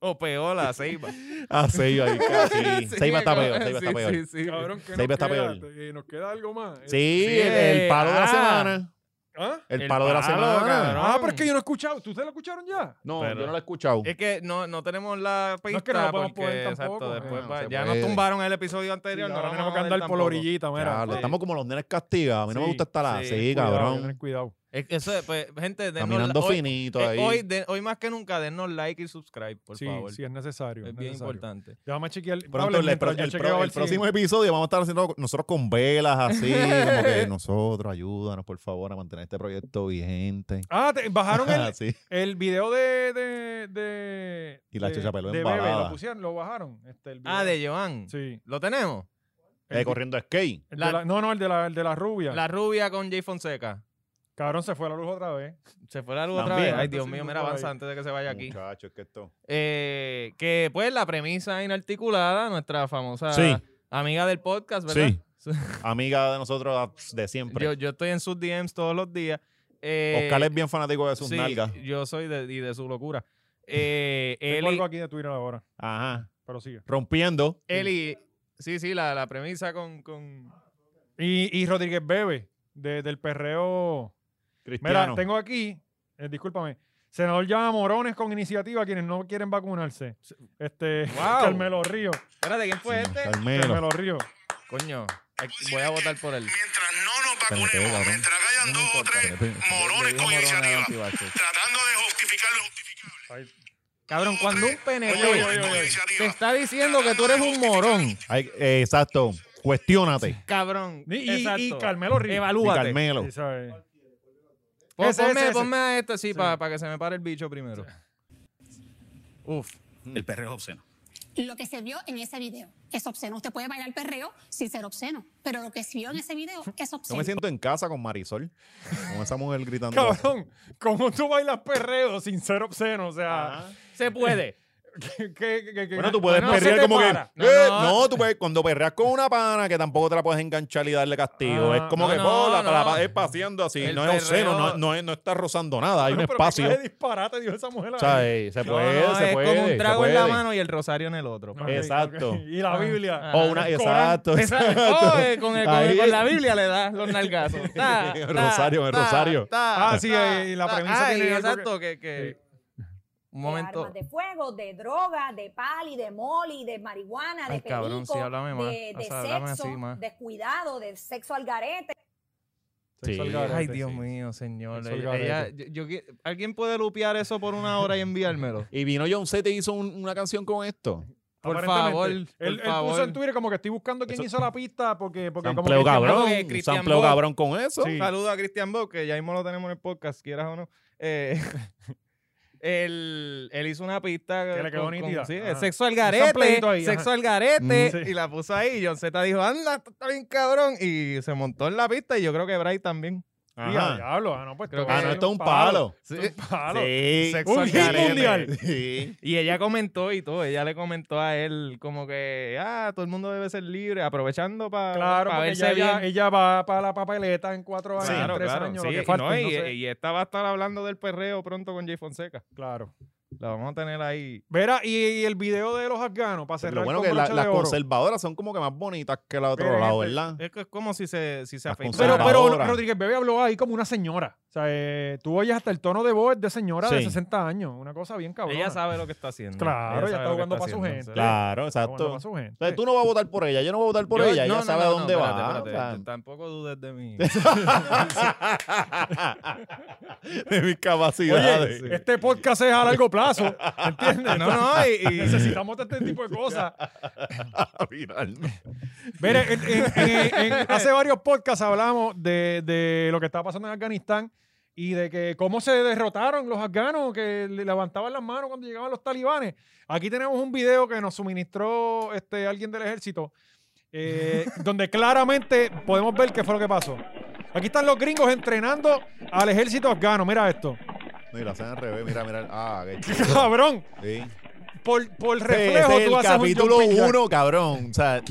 O peor, la ceiba.
Ah, sí, ahí, casi.
Sí,
Seiba está
cabrón,
peor, Seiba está
sí,
peor.
sí, sí.
Cabrón, que
Seiba
nos
está
queda,
peor.
Te- eh, nos queda algo más.
Sí, el, el palo de la
ah.
semana.
Eh, ¿Ah?
El,
El
palo, de la
palo,
semana.
cabrón.
Ah, pero es que yo no he escuchado. ¿Tú ¿Ustedes lo escucharon ya?
No,
Pero-
yo no lo he escuchado.
Es que no, no tenemos la pista
es que no la podemos
porque,
poner
exacto,
tampoco. Ah,
después
No,
va-
se
ya
puede.
nos tumbaron el episodio anterior, no
ahora
la
tenemos
vamos
que
a
andar
ver
por la
tampoco.
orillita, mira.
Diablo, Estamos como los nenes castigados. A mí no me
Sí,
gusta estar así,
pues. sí, cuidado,
cabrón.
Ten cuidado.
Es- Eso es, pues, gente, dennos
Caminando
la- hoy,
finito
eh,
ahí.
Hoy, de- hoy más que nunca, denos like y subscribe, por
sí,
favor.
sí, es necesario.
es bien importante.
Déjame chequear.
Pronto,
Hablen
el,
mientras
pro-
yo
el pro-
chequeo a ver
el
si-
próximo episodio vamos a estar haciendo nosotros con velas así, como que nosotros, ayúdanos por favor a mantener este proyecto vigente.
Ah, te- bajaron el,
Así.
el video de, de, de-
Y la
de-
Checha Pelú
de Bebe,
embalada.
lo pusieron, lo bajaron. este, el video.
Ah, de Joan.
Sí.
¿Lo tenemos?
Eh, corriendo skate.
El
La-
de la- no, no, el de la, el de la rubia.
La rubia con Jay Fonseca.
Cabrón, se fue a la luz otra vez.
Se fue la luz otra
También.
vez. Ay,
Está
Dios
haciendo
mío,
un
mira,
por
avanza
ahí.
antes de que se vaya aquí.
Muchachos, que esto.
Eh, que pues la premisa inarticulada, nuestra famosa
Sí.
amiga del podcast, ¿verdad?
Sí. Amiga de nosotros ah, pss, de siempre.
Yo, yo estoy en sus DMs todos los días. Eh,
Oscar es bien fanático de sus
sí,
nalgas.
Yo soy de, y de su locura. Eh,
Tengo algo
Eli,
aquí de Twitter ahora,
Ajá.
pero sigue.
Rompiendo.
Eli, sí, sí, la, la premisa con, con-
Y, y Rodríguez Bebe, de- del perreo. Mira,
Cristiano.
tengo aquí, eh, discúlpame, senador llama a morones con iniciativa a quienes no quieren vacunarse. Este,
Wow.
Carmelo Río.
Espérate, ¿quién fue
Sí,
este?
Carmelo.
Carmelo Río.
Coño, hay- voy a votar por él.
Mientras no nos
Espérate,
vacunemos,
cabrón.
mientras hayan
No
dos o
importa,
tres
espérate.
morones con
Morones
iniciativa,
antivaxxers.
tratando de justificar lo justificable.
Cabrón, cuando un PNP
Oye, oye, oye, oye.
te está diciendo que tú eres un morón,
Ay, eh, exacto. Cuestiónate.
cabrón.
Y, y- y
Exacto.
Carmelo Río.
Y
Evalúate.
Carmelo.
Sí, ¿sabes?
Pon-
Ese,
ponme,
ese, ese.
ponme a esto, sí, para que se me pare el bicho primero. Uf.
El perreo es obsceno.
lo que se vio en ese video es obsceno. Usted puede bailar perreo sin ser obsceno, pero lo que se vio en ese video es
Yo
obsceno.
me siento en casa con Marisol. Con esa mujer gritando.
Cabrón, ¿cómo tú bailas perreo sin ser obsceno? O sea,
Ajá.
Se puede.
que, que- que- que-
Ah. Bueno, tú puedes
no se
perrear
te
como que.
para.
No,
"Eh", no,
no.
tú puedes. Cuando perreas con una pana que tampoco te la puedes enganchar y darle castigo.
Ah,
es como
no,
que
no,
bola, te la
no.
pa- es paseando así.
El
no es obsceno,
perreo-
no, no, es- no está rozando nada. Hay
Bueno,
un
pero ¿qué
espacio.
clase de disparate dio esa mujer
O
ahí?
sea, eh, se
No,
puede,
no,
se
es
puede.
como un
se
trago en la
puede.
mano y el rosario en el otro.
Ok,
exacto.
ok. Y la
Ah,
Biblia.
ah.
O una,
Corán.
exacto.
Exacto. Oh, eh, con, el- con el-
Ahí.
con la Biblia le das los nalgazos. Ta,
El
ta,
rosario, el
ta,
rosario.
ta,
Ah, sí,
ta,
eh, y la
ta.
premisa
Ah,
tiene
y
algo que-
Exacto, que... que- Un momento.
armas de fuego, de droga, de pali, de moli, de marihuana,
Ay,
de perico,
cabrón, sí, háblame más.
de,
O
de
sea, háblame así
sexo,
más.
de cuidado, de sexo al garete.
Sí.
Salgado.
Ay, Dios mío, señor.
Eso es
Ella- ella- yo- yo qui- ¿Alguien puede lupear eso por una hora y enviármelo?
Y vino John C. te hizo un- una canción con esto.
Por
Aparentemente.
favor,
Él,
por
él
favor.
puso en Twitter como que estoy buscando quién
Eso-
hizo la pista porque, porque como
Sampleo
que-
cabrón.
que Cristian
Sampleo
Bo-
cabrón con eso.
Sí.
Saludo a Cristian Bob, que ya mismo lo tenemos en el podcast, quieras o no. Eh, él, él hizo una pista.
Que le quedó nítida.
sí,
Ajá.
sexo al
Un
garete.
sampleito ahí, ajá.
sexo al garete.
Mm. Sí.
Y la puso ahí. Y John Z dijo, anda, esto está bien cabrón. Y se montó en la pista. Y yo creo que Bray también.
Y
Ajá.
a diablo, ah, no, pues
Creo
esto
Ah,
que-
no, esto es un palo.
Sí.
Esto es un palo.
Sí.
Sexo
Un
al
hit
garete.
mundial.
Sí.
Y ella comentó y todo. Ella le comentó a él como que, ah, todo el mundo debe ser libre, aprovechando para
Claro, porque
verse
ella, ella,
bien.
ella va para la papeleta en cuatro años,
Sí,
en
claro,
tres
claro,
años,
sí,
lo que falta.
no, y, eh,
entonces-
y esta va a estar hablando del perreo pronto con Jay Fonseca.
claro.
La vamos a tener ahí.
Verá, y, y el video de los afganos, para cerrar
Lo bueno
con
que la-
broche
las
de oro.
conservadoras son como que más bonitas que la otro
Pero,
lado,
gente,
¿verdad?
Es que es como si se, si se
Las
afeitara.
Pero, pero
Ahora.
Rodríguez Bebe habló ahí como una señora. O sea, eh, tú oyes hasta el tono de voz de señora de
Sí.
60 años. Una cosa bien cabrona.
ella sabe lo que está haciendo.
Claro,
Ella
ella
sabe
está
lo que
jugando para su
haciendo,
gente.
o sea.
Claro,
Jugando
exacto.
pa' su gente.
O sea, tú no vas a votar por ella, yo no voy a votar por
Yo-
ella,
no,
ella
no,
sabe
no,
a
no,
dónde
espérate,
va.
espérate,
o sea.
t- Tampoco dudes de mí.
de mis capacidades.
Oye, este podcast es a largo plazo. ¿Entiendes?
no, no, y, y-
Necesitamos de este tipo de cosas.
Virarme.
Mira, en- en- en- en- hace varios podcasts hablamos de, de lo que está pasando en Afganistán y de que cómo se derrotaron los afganos que le levantaban las manos cuando llegaban los talibanes. Aquí tenemos un video que nos suministró este, alguien del ejército, eh, donde claramente podemos ver qué fue lo que pasó. Aquí están los gringos entrenando al ejército afgano. Mira esto.
No, y la hacen al revés, mira, mira. Ah, qué chulo.
Cabrón,
Sí.
por, por
Ese
reflejo
es
tú
el
haces un
capítulo
jumping jack.
1, cabrón. O sea,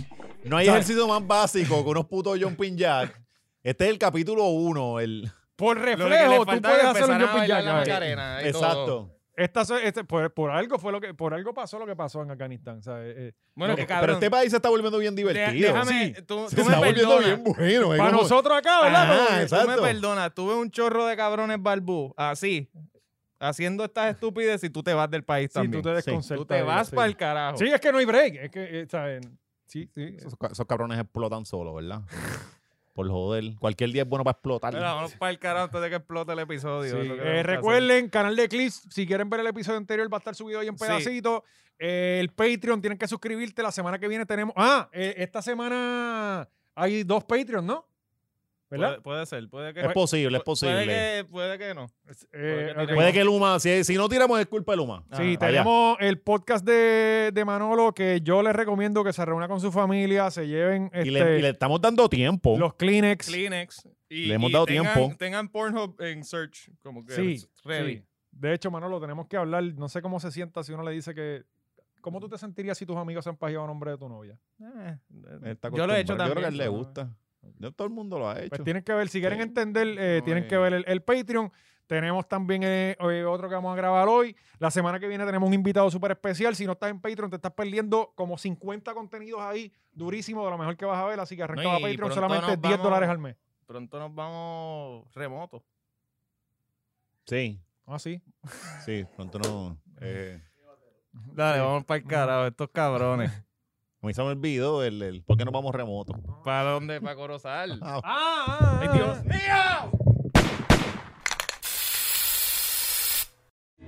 no hay
O sea,
ejercicio más básico que unos putos jumping jack. Este es el capítulo 1, el
Por
lo que le
reflejo tú
falta
puedes
es
hacer un
empezar a
jumping
bailar
jack.
la
¿no?
Macarena y todo.
exacto.
Esta, so- este- por, por algo fue lo que, por algo pasó lo que pasó en Afganistán. ¿sabes? Eh,
Bueno, que
Pero
cabrón.
este país se está volviendo bien
de-
divertido.
déjame,
Sí.
tú,
se
tú me
está volviendo
perdonas.
bien bueno. es
para
como-
nosotros acá, ¿verdad?
Ah,
Ajá, tú me
exacto.
perdonas, tuve un chorro de cabrones barbú, así, haciendo estas estúpides y tú te vas del país
si tú
también.
te
sí.
desconcertas.
tú te vas
sí.
para el carajo.
Sí, es que no hay break. Es que, eh, ¿sabes? Sí, sí.
Esos, ca- esos cabrones explotan solos, ¿verdad? Por joder. Cualquier día es bueno para explotar.
Mira, vamos para el carajo antes de que explote el episodio.
Sí,
es lo que
eh,
tenemos que
recuerden, canal de clips. Si quieren ver el episodio anterior, va a estar subido ahí en
Sí.
pedacito. Eh, el Patreon, tienen que suscribirte. La semana que viene tenemos. Ah, eh, esta semana hay dos Patreons, ¿no?
hacer.
¿Verdad?
Puede, puede ser, puede que.
es posible, es posible.
Puede
Puede
que, puede que no.
Eh,
puede que
ok.
que, Luma, si, si no tiramos, es culpa de Luma.
Sí,
Ah,
tenemos el podcast de, de Manolo que yo les recomiendo que se reúna con su familia, se lleven
y,
este,
le, y le estamos dando tiempo.
los Kleenex.
Kleenex. Y,
Le hemos
y
dado
tengan-
tiempo.
Tengan Pornhub en search, como que
Sí,
es ready.
sí. De hecho, Manolo, tenemos que hablar. No sé cómo se sienta si uno le dice que. ¿Cómo tú te sentirías si tus amigos se han pajeado a nombre de tu novia?
Eh,
Esta
yo lo he hecho también.
costumbre, Yo creo que a él le
so-
gusta. Yo- todo el mundo lo ha hecho.
Pues tienen que ver, si quieren
Sí.
entender, eh,
No
tienen
es-
que ver el, el Patreon. Tenemos también eh, eh, otro que vamos a grabar hoy. La semana que viene tenemos un invitado súper especial. Si no estás en Patreon, te estás perdiendo como 50 contenidos ahí, durísimo, de lo mejor que vas a ver. Así que arranca
No,
para
y
Patreon
pronto
solamente
nos
10
vamos-
dólares al mes.
Pronto nos vamos remoto.
Sí,
Ah, sí.
sí. Pronto no. eh,
Dale, vamos para el carajo, estos cabrones.
a mí se me olvidó el, el- por qué nos vamos remoto.
¿Para dónde? Para Corozal.
Ah,
¡Ay, Dios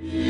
mío!